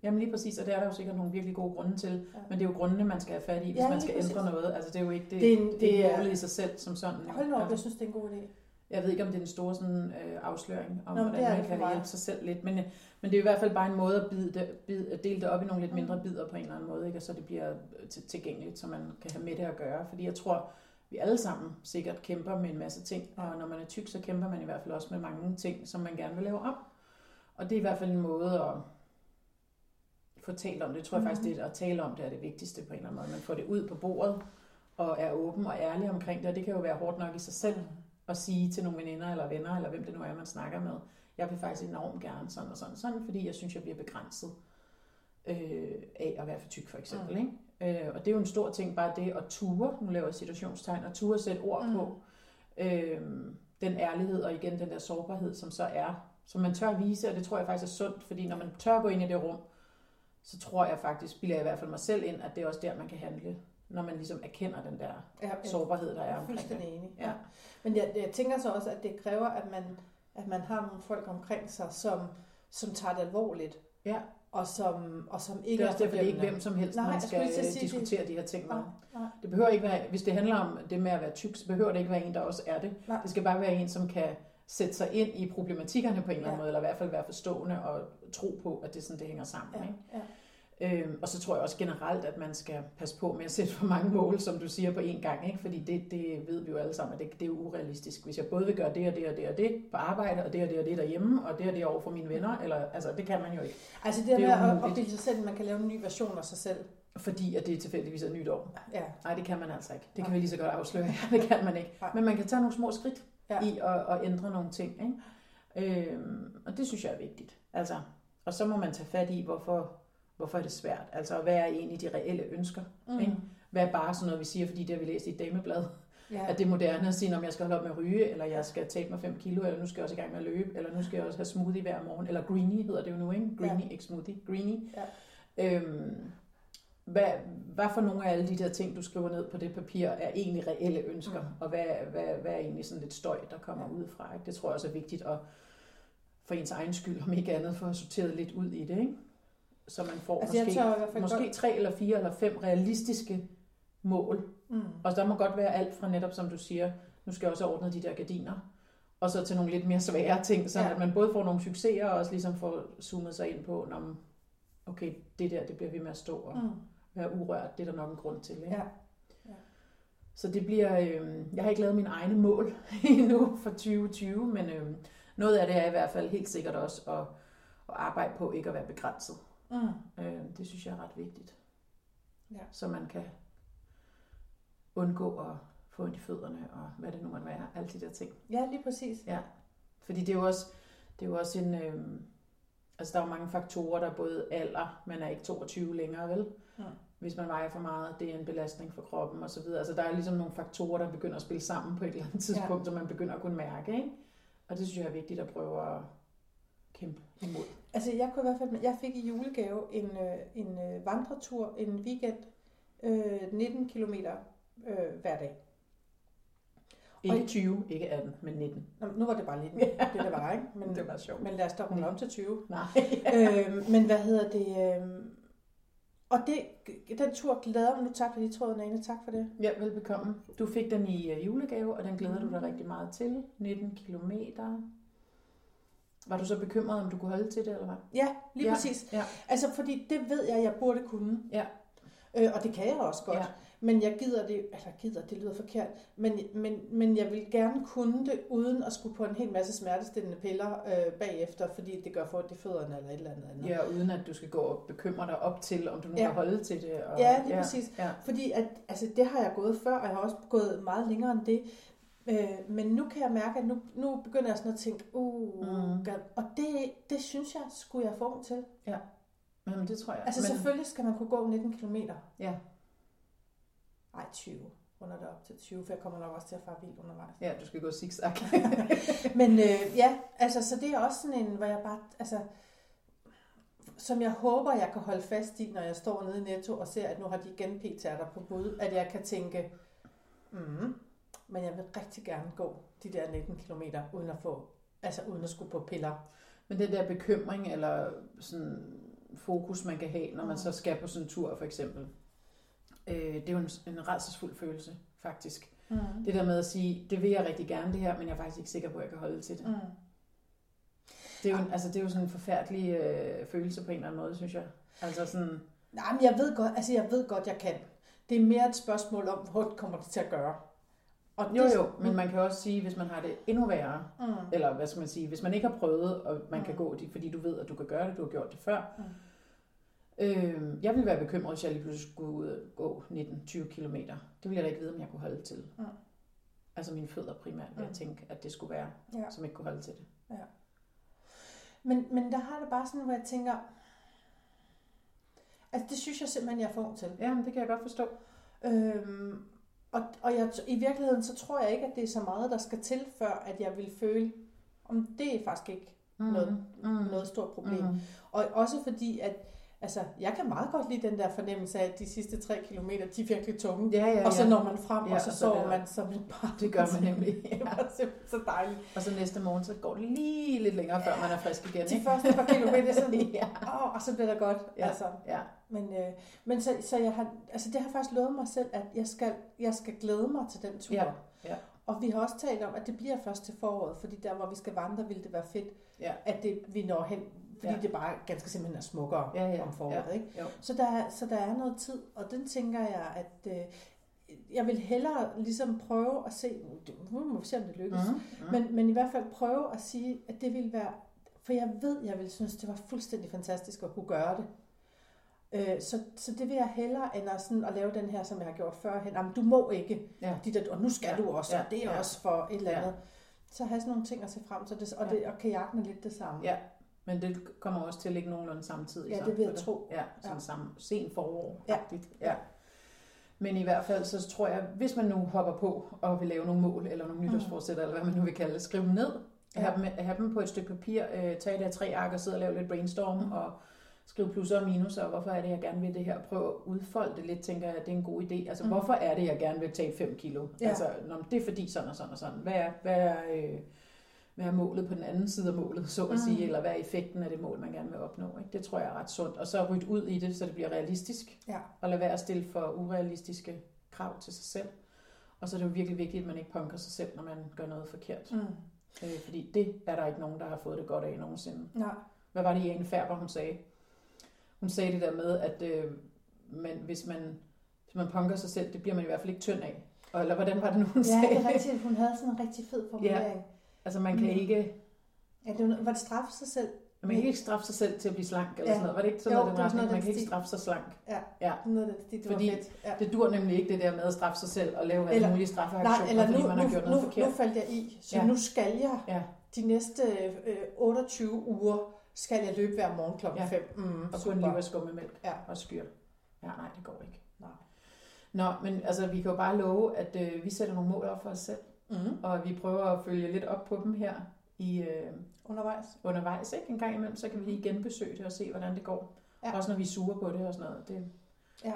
S2: Jamen lige præcis, og det er der jo sikkert nogle virkelig gode grunde til,
S1: Ja.
S2: men det er jo grundene, man skal have fat i, hvis
S1: Ja, lige
S2: man skal ændre
S1: præcis.
S2: noget. Altså det er jo ikke det,
S1: Det er en-
S2: det er
S1: det
S2: ikke
S1: er-
S2: målet i sig selv som sådan.
S1: Hold nu op,
S2: Altså-
S1: jeg synes, det er en god idé.
S2: Jeg ved ikke, om det er en stor sådan, øh, afsløring, om
S1: Nå,
S2: Nå,
S1: men det er
S2: hvordan man
S1: det for
S2: kan
S1: mig.
S2: hjælpe sig selv lidt. Men, øh, men det er i hvert fald bare en måde at bide det, bide, at dele det op i nogle lidt
S1: Mm.
S2: mindre bidder på en eller anden måde, ikke? og så det bliver øh, til- tilgængeligt, så man kan have med det at gøre. Fordi jeg tror, vi alle sammen sikkert kæmper med en masse ting, og når man er tyk, så kæmper man i hvert fald også med mange ting, som man gerne vil lave om. Og det er i hvert fald en måde at få talt om det. Jeg tror jeg
S1: Mm.
S2: faktisk, det er- at tale om det er det vigtigste på en eller anden måde. Man får det ud på bordet, og er åben og ærlig omkring det, og det kan jo være hårdt nok i sig selv at sige til nogle veninder eller venner, eller hvem det nu er, man snakker med, jeg vil faktisk enormt gerne sådan og sådan, og sådan fordi jeg synes, jeg bliver begrænset øh, af at være for tyk, for eksempel.
S1: Mm.
S2: Ikke? Øh, og det er jo en stor ting, bare det at ture, nu laver jeg situationstegn, at ture at sætte ord
S1: Mm.
S2: mm. på øh, den ærlighed, og igen den der sårbarhed, som så er, som man tør vise, og det tror jeg faktisk er sundt, fordi når man tør gå ind i det rum, så tror jeg faktisk, bilder jeg i hvert fald mig selv ind, at det er også der, man kan handle, når man ligesom erkender den der
S1: Ja,
S2: sårbarhed, der er
S1: jeg er
S2: omkring det.
S1: fuldstændig enig.
S2: Ja.
S1: Men jeg, jeg tænker så også, at det kræver, at man, at man har nogle folk omkring sig, som, som tager det alvorligt.
S2: Ja.
S1: Og som, og som
S2: Det
S1: ikke
S2: er også derfor, det er ikke
S1: fordømmende.
S2: hvem som helst,
S1: Nej,
S2: Nej, man
S1: jeg skulle
S2: skal
S1: lige
S2: øh,
S1: til at sige,
S2: diskutere de her ting med.
S1: Nej, nej.
S2: Det behøver ikke være, hvis det handler om det med at være tyk, så behøver det ikke være en, der også er det.
S1: Nej.
S2: Det skal bare være en, som kan sætte sig ind i problematikkerne på en eller
S1: Ja.
S2: anden måde, eller i hvert fald være forstående og tro på, at det er sådan, det hænger sammen.
S1: Ja,
S2: Ikke?
S1: ja.
S2: Øhm, og så tror jeg også generelt, at man skal passe på med at sætte for mange mål, som du siger, på én gang. Ikke? Fordi det, det ved vi jo alle sammen, at det, det er urealistisk. Hvis jeg både vil gøre det og det og det og det på arbejde, og det og det og det derhjemme, og det og det over for mine venner, eller, altså, det kan man jo ikke.
S1: Altså det, der
S2: Det er
S1: med
S2: jo
S1: at
S2: umuligt.
S1: opdele sig selv, man kan lave en ny version af sig selv.
S2: Fordi at det tilfældigvis er nytår.
S1: Ja.
S2: Nej, det kan man altså ikke. Det
S1: Nej.
S2: kan vi lige så godt afsløre (laughs) her. Det kan man ikke.
S1: Nej.
S2: Men man kan tage nogle små skridt
S1: Ja.
S2: ja. i at, at ændre nogle ting. Ikke? Øhm, og det synes jeg er vigtigt. Altså, og så må man tage fat i, hvorfor, hvorfor er det svært. Altså, hvad er egentlig de reelle ønsker?
S1: Mm.
S2: Ikke? Hvad er bare sådan noget, vi siger, fordi det har vi læst i et dameblad,
S1: Ja.
S2: at det er moderne at sige, om jeg skal holde op med at ryge, eller jeg skal tabe mig 5 kilo, eller nu skal jeg også i gang med at løbe, eller nu skal jeg også have smoothie hver morgen, eller greenie hedder det jo nu, ikke? Greenie, ja. ikke smoothie, greenie.
S1: Ja.
S2: Øhm, hvad, hvad for nogle af alle de der ting, du skriver ned på det papir, er egentlig reelle ønsker,
S1: Mm.
S2: mm. og hvad, hvad, hvad er egentlig sådan lidt støj, der kommer
S1: Ja.
S2: ja. udefra? Ikke? Det tror jeg også er vigtigt at, for ens egen skyld, om ikke andet, få sorteret lidt ud i det, ikke? Så man får
S1: Altså jeg
S2: måske,
S1: tør i hvert fald godt...
S2: måske tre eller fire eller fem realistiske mål,
S1: Mm.
S2: og der må godt være alt fra netop, som du siger, nu skal jeg også ordne de der gardiner, og så til nogle lidt mere svære ting, så
S1: Ja.
S2: ja. at man både får nogle succeser, og også ligesom får zoomet sig ind på, om okay, det der, det bliver ved med at stå og
S1: Mm.
S2: være urørt, det er der nok en grund til. Ikke?
S1: Ja. Ja.
S2: Så det bliver, øh, jeg har ikke lavet mine egne mål (laughs) endnu for 2020, men øh, noget af det er i hvert fald helt sikkert også at, at arbejde på ikke at være begrænset.
S1: Mm.
S2: Øh, det synes jeg er ret vigtigt.
S1: Ja.
S2: Så man kan undgå at få ondt i fødderne og hvad det nu måtte være, alle de der ting.
S1: Ja, lige præcis.
S2: Fordi det er jo også, det er jo også en... Øh, altså, der er jo mange faktorer, der er både alder, man er ikke 22 længere, vel?
S1: Ja.
S2: Hvis man vejer for meget, det er en belastning for kroppen og så videre. Altså, der er ligesom nogle faktorer, der begynder at spille sammen på et eller andet tidspunkt, ja. som man begynder at kunne mærke, ikke? Og det synes jeg er vigtigt at prøve at kæmpe imod.
S1: Altså, jeg kunne i hvert fald, jeg fik i julegave en, øh, en øh, vandretur, en weekend, øh, 19 km øh, hver dag.
S2: Ikke 20, ikke 18, men 19.
S1: Nå, nu var det bare lidt det, der var, ikke? Men,
S2: (laughs) Det var sjovt.
S1: men lad os da runde om til 20.
S2: Nej.
S1: øh, men hvad hedder det? Øh, og det, den tur glæder mig. Nu tak for de tråden, Ane. Tak for det.
S2: Ja, velbekomme. Du fik den i øh, julegave, og den glæder du dig rigtig meget til. 19 kilometer. Var du så bekymret, om du kunne holde til det, eller hvad?
S1: Ja, lige ja.
S2: Ja,
S1: præcis.
S2: ja.
S1: Altså, fordi det ved jeg, jeg burde kunne.
S2: Ja.
S1: Øh, og det kan jeg også godt.
S2: Ja.
S1: Men jeg gider det, altså gider, det lyder forkert, men, men, men jeg vil gerne kunne det, uden at skulle på en hel masse smertestillende piller øh, bagefter, fordi det gør for det fødderne eller et eller andet andet.
S2: Ja, uden at du skal gå og bekymre dig op til, om du nu
S1: Ja.
S2: ja. kan holde til det. Og,
S1: Ja, lige præcis.
S2: Ja.
S1: Fordi at, altså, det har jeg gået før, og jeg har også gået meget længere end det. Øh, men nu kan jeg mærke, at nu, nu begynder jeg sådan at tænke, uh,
S2: Mm.
S1: mm. og det, det synes jeg, skulle jeg få til.
S2: Jamen, det tror jeg.
S1: Altså
S2: Men-
S1: men... selvfølgelig skal man kunne gå 19 km.
S2: Ja.
S1: Ej, 20. Runder det op til 20, for jeg kommer nok også til at fare vildt undervejs.
S2: Ja, du skal gå zigzag. (laughs)
S1: Men øh, ja, altså, så det er også sådan en, hvor jeg bare, altså, som jeg håber, jeg kan holde fast i, når jeg står nede i Netto og ser, at nu har de igen p-tærter på bud, at jeg kan tænke, mm, men jeg vil rigtig gerne gå de der 19 km uden at få, altså uden at skulle på piller.
S2: Men den der bekymring eller sådan fokus, man kan have, når man så skal på sådan en tur, for eksempel. Øh, det er jo en, en rædselsfuld følelse, faktisk.
S1: Mm.
S2: Det der med at sige, det vil jeg rigtig gerne det her, men jeg er faktisk ikke sikker på, at jeg kan holde til det.
S1: Mm.
S2: Det er jo, en- altså, det er jo sådan en forfærdelig øh, følelse på en eller anden måde, synes jeg. Altså sådan,
S1: Nej, men jeg ved godt, altså jeg ved godt, jeg kan. Det er mere et spørgsmål om, hvor hårdt kommer det til at gøre. Og
S2: jo jo, men man kan også sige, hvis man har det endnu værre,
S1: Mm.
S2: eller hvad skal man sige, hvis man ikke har prøvet, og man kan
S1: Mm.
S2: gå dit, fordi du ved, at du kan gøre det, du har gjort det før.
S1: Mm.
S2: Øh, jeg ville være bekymret, hvis jeg lige pludselig skulle ud og gå 19-20 km. Det ville jeg da ikke vide, om jeg kunne holde til.
S1: Mm.
S2: Altså mine fødder primært, vil jeg
S1: Mm.
S2: tænke, at det skulle være,
S1: Ja.
S2: som ikke kunne holde til det.
S1: Men, men der har det bare sådan, hvor jeg tænker, altså det synes jeg simpelthen, jeg får til.
S2: Ja, men det kan jeg godt forstå.
S1: Øhm, og og jeg, i virkeligheden, så tror jeg ikke, at det er så meget, der skal til, før at jeg vil føle, om det er faktisk ikke Noget-
S2: mm.
S1: noget stort problem.
S2: Mm.
S1: Og også fordi, at altså, jeg kan meget godt lide den der fornemmelse af, at de sidste tre kilometer, de er virkelig tunge.
S2: Ja, ja,
S1: Og så
S2: ja.
S1: når man frem,
S2: Ja,
S1: og så
S2: og så
S1: sover
S2: der.
S1: man som et barn.
S2: Det gør man
S1: (laughs)
S2: nemlig.
S1: det var simpelthen så dejligt.
S2: Og så næste morgen, så går det lige lidt længere, før man er frisk igen.
S1: De
S2: Ikke?
S1: første par kilometer, (laughs) sådan,
S2: (laughs) ja.
S1: åh, og så bliver det godt.
S2: Ja.
S1: Altså,
S2: ja.
S1: Men, øh, men så, så jeg har, altså det har faktisk lovet mig selv, at jeg skal, jeg skal glæde mig til den tur.
S2: Ja, ja.
S1: Og vi har også talt om, at det bliver først til foråret, fordi der, hvor vi skal vandre, ville det være fedt,
S2: Ja.
S1: at det, vi når hen, fordi
S2: Ja.
S1: det bare ganske simpelthen er smukkere
S2: Ja, ja,
S1: om foråret.
S2: ja,
S1: Ikke?
S2: jo.
S1: Så, der, er- så der er noget tid, og den tænker jeg, at øh, jeg vil hellere ligesom prøve at se, nu må vi se, om det lykkes,
S2: Mm.
S1: mm. men, men i hvert fald prøve at sige, at det ville være, for jeg ved, jeg ville synes, det var fuldstændig fantastisk at kunne gøre det. Øh, så, så det vil jeg hellere, end at, sådan, at lave den her, som jeg har gjort førhen. Jamen, du må ikke,
S2: Ja.
S1: de der, og nu skal
S2: Ja,
S1: du også,
S2: ja,
S1: og det er
S2: ja.
S1: også for et eller
S2: Ja.
S1: andet. Så have sådan nogle ting at se frem til, det, og, det, og kajakken er lidt det samme.
S2: Ja. Men det kommer også til at ligge nogenlunde samtidig.
S1: Ja,
S2: så,
S1: det vil jeg
S2: eller?
S1: tro.
S2: Ja, sådan
S1: Ja.
S2: ja. samme sen forår.
S1: Ja.
S2: ja. Men i hvert fald, så tror jeg, hvis man nu hopper på og vil lave nogle mål, eller nogle nytårsforsætter, eller hvad man nu vil kalde det, skriv dem ned,
S1: Ja.
S2: ja. have, dem, have dem på et stykke papir, øh, tag der tre ark og sidde og lave lidt brainstorm,
S1: Mm.
S2: mm. og skrive plusser og minuser, og hvorfor er det, jeg gerne vil det her, prøv at udfolde det lidt, tænker jeg, at det er en god idé. Altså,
S1: Mm.
S2: mm. hvorfor er det, jeg gerne vil tage 5 kilo?
S1: Ja.
S2: Ja. Altså, nå, men det er fordi sådan og sådan og sådan. Hvad er, hvad er, øh, hvad er målet på den anden side af målet, så at
S1: Mm.
S2: mm. sige, eller hvad er effekten af det mål, man gerne vil opnå. Ikke? Det tror jeg er ret sundt. Og så rydde ud i det, så det bliver realistisk.
S1: Ja.
S2: Og lade være at stille for urealistiske krav til sig selv. Og så er det jo virkelig vigtigt, at man ikke punker sig selv, når man gør noget forkert.
S1: Mm.
S2: Øh, fordi det er der ikke nogen, der har fået det godt af nogensinde. (laughs)
S1: Nej.
S2: Hvad var det, Jane Færber, hun sagde? Hun sagde det der med, at øh, man, hvis, man, hvis man punker sig selv, det bliver man i hvert fald ikke tynd af. Og, eller hvordan var det nu, hun
S1: Ja,
S2: sagde?
S1: det er rigtigt. Hun havde sådan en rigtig fed formulering.
S2: Altså man kan
S1: Mm.
S2: ikke,
S1: Ja, det var, var det straffe sig selv?
S2: man kan ikke straffe sig selv til at blive slank, eller
S1: Mm. Ja.
S2: sådan noget. Var det ikke sådan
S1: Jo,
S2: noget,
S1: det var
S2: det
S1: sådan
S2: var?
S1: noget,
S2: Man
S1: den
S2: kan ikke
S1: stil.
S2: straffe sig slank.
S1: Noget af den stil, det
S2: Fordi-
S1: var fedt. Ja.
S2: Det dur nemlig ikke det der med at straffe sig selv og lave alle
S1: Eller-
S2: mulige
S1: Nej,
S2: straffeaktioner,
S1: eller nu,
S2: fordi man har gjort
S1: nu,
S2: noget
S1: nu, nu
S2: forkert.
S1: faldt jeg i, så
S2: Ja.
S1: ja. nu skal jeg
S2: Ja.
S1: de næste øh, 28 uger, skal jeg løbe hver morgen klokken
S2: Ja.
S1: 5. Mm,
S2: Og kun
S1: super.
S2: leve af skummemælk
S1: Ja.
S2: og skyr. Ja, nej, det går ikke.
S1: Nej.
S2: Nå, men altså, vi kan jo bare love, at øh, vi sætter nogle mål op for os selv,
S1: Mm.
S2: og vi prøver at følge lidt op på dem her i øh,
S1: Undervejs.
S2: undervejs. Ikke? En gang imellem, så kan vi lige genbesøge det og se, hvordan det går.
S1: Ja.
S2: Også når vi er sure på det og sådan noget. Det,
S1: Ja.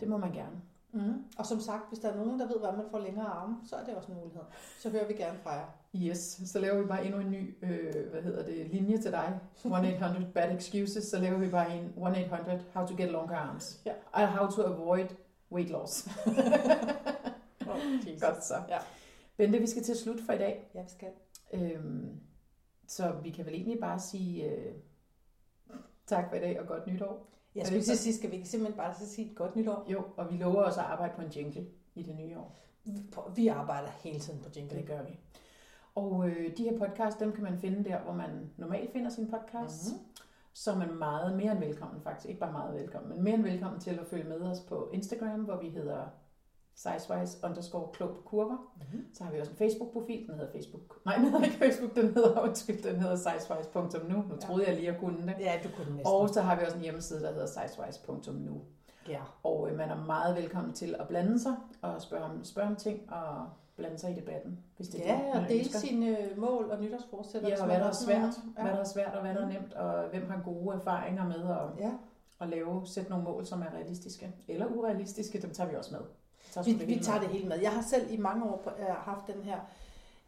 S2: det må man gerne.
S1: Mm. Og som sagt, hvis der er nogen, der ved, hvordan man får længere arme, så er det også en mulighed. Så hører vi gerne fra
S2: (laughs)
S1: jer.
S2: Yes, så laver vi bare endnu en ny, øh, hvad hedder det, linje til dig. 1-800 (laughs) bad excuses, så laver vi bare en 1-800 how to get longer arms.
S1: Ja.
S2: Og how to avoid weight
S1: (laughs)
S2: loss.
S1: Oh,
S2: Godt så.
S1: Ja.
S2: Bente, vi skal til at slutte for i dag.
S1: Ja, vi skal.
S2: Øhm, så vi kan vel egentlig bare sige øh, tak for i dag og godt nytår.
S1: Jeg
S2: Er det
S1: skulle til at sige, skal vi ikke simpelthen bare så sige et godt nytår?
S2: Jo, og vi lover også at arbejde på en jingle i det nye år.
S1: Vi arbejder hele tiden på
S2: Det
S1: jingle.
S2: gør vi. Og øh, de her podcasts, dem kan man finde der, hvor man normalt finder sin podcast. Mm-hmm. Så er man meget mere end velkommen faktisk. Ikke bare meget velkommen, men mere end velkommen til at følge med os på Instagram, hvor vi hedder sizewise underscore klog på kurver.
S1: Mm-hmm.
S2: Så har vi også en Facebook-profil, den hedder Facebook. Nej, (laughs) den hedder ikke Facebook, den hedder, undskyld, den hedder sizewise.nu. Nu troede jeg lige, at jeg kunne det.
S1: Ja, du kunne næsten.
S2: Og så har vi også en hjemmeside, der hedder sizewise.nu.
S1: ja.
S2: Og øh, man er meget velkommen til at blande sig og spørge om, spørge om ting og blande sig i debatten, hvis det er det,
S1: ja,
S2: man
S1: og dele
S2: ønsker.
S1: sine øh, mål og nytårsforsætter.
S2: Ja,
S1: hvis
S2: og
S1: man
S2: hvad der er
S1: har sådan
S2: svært,
S1: nogle.
S2: hvad der er svært og hvad
S1: Mm.
S2: der er nemt, og hvem har gode erfaringer med at,
S1: Ja.
S2: at lave, sætte nogle mål, som er realistiske eller urealistiske, dem tager vi også med. Tager sgu
S1: Vi,
S2: det
S1: vi
S2: hele
S1: tager
S2: med.
S1: det hele med. Jeg har selv i mange år på- øh, haft den her.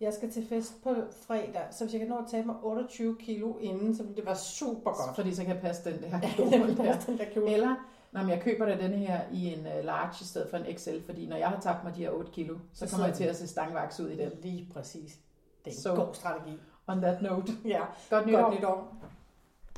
S1: Jeg skal til fest på fredag, så hvis jeg kan nå at tage mig 28 kilo inden, så ville det var super godt.
S2: Fordi så kan jeg passe
S1: (laughs)
S2: den der (laughs)
S1: Den
S2: kjole der.
S1: er den der kjole.
S2: Eller, når jeg køber da denne her i en øh, large i stedet for en XL, fordi når jeg har tabt mig de her 8 kilo, så
S1: Så
S2: kommer jeg
S1: sidder
S2: til at se stangvaks ud i den.
S1: Lige præcis. Det er en
S2: Så-
S1: god strategi.
S2: On that note.
S1: Ja,
S2: Godt nytår.
S1: godt nytår.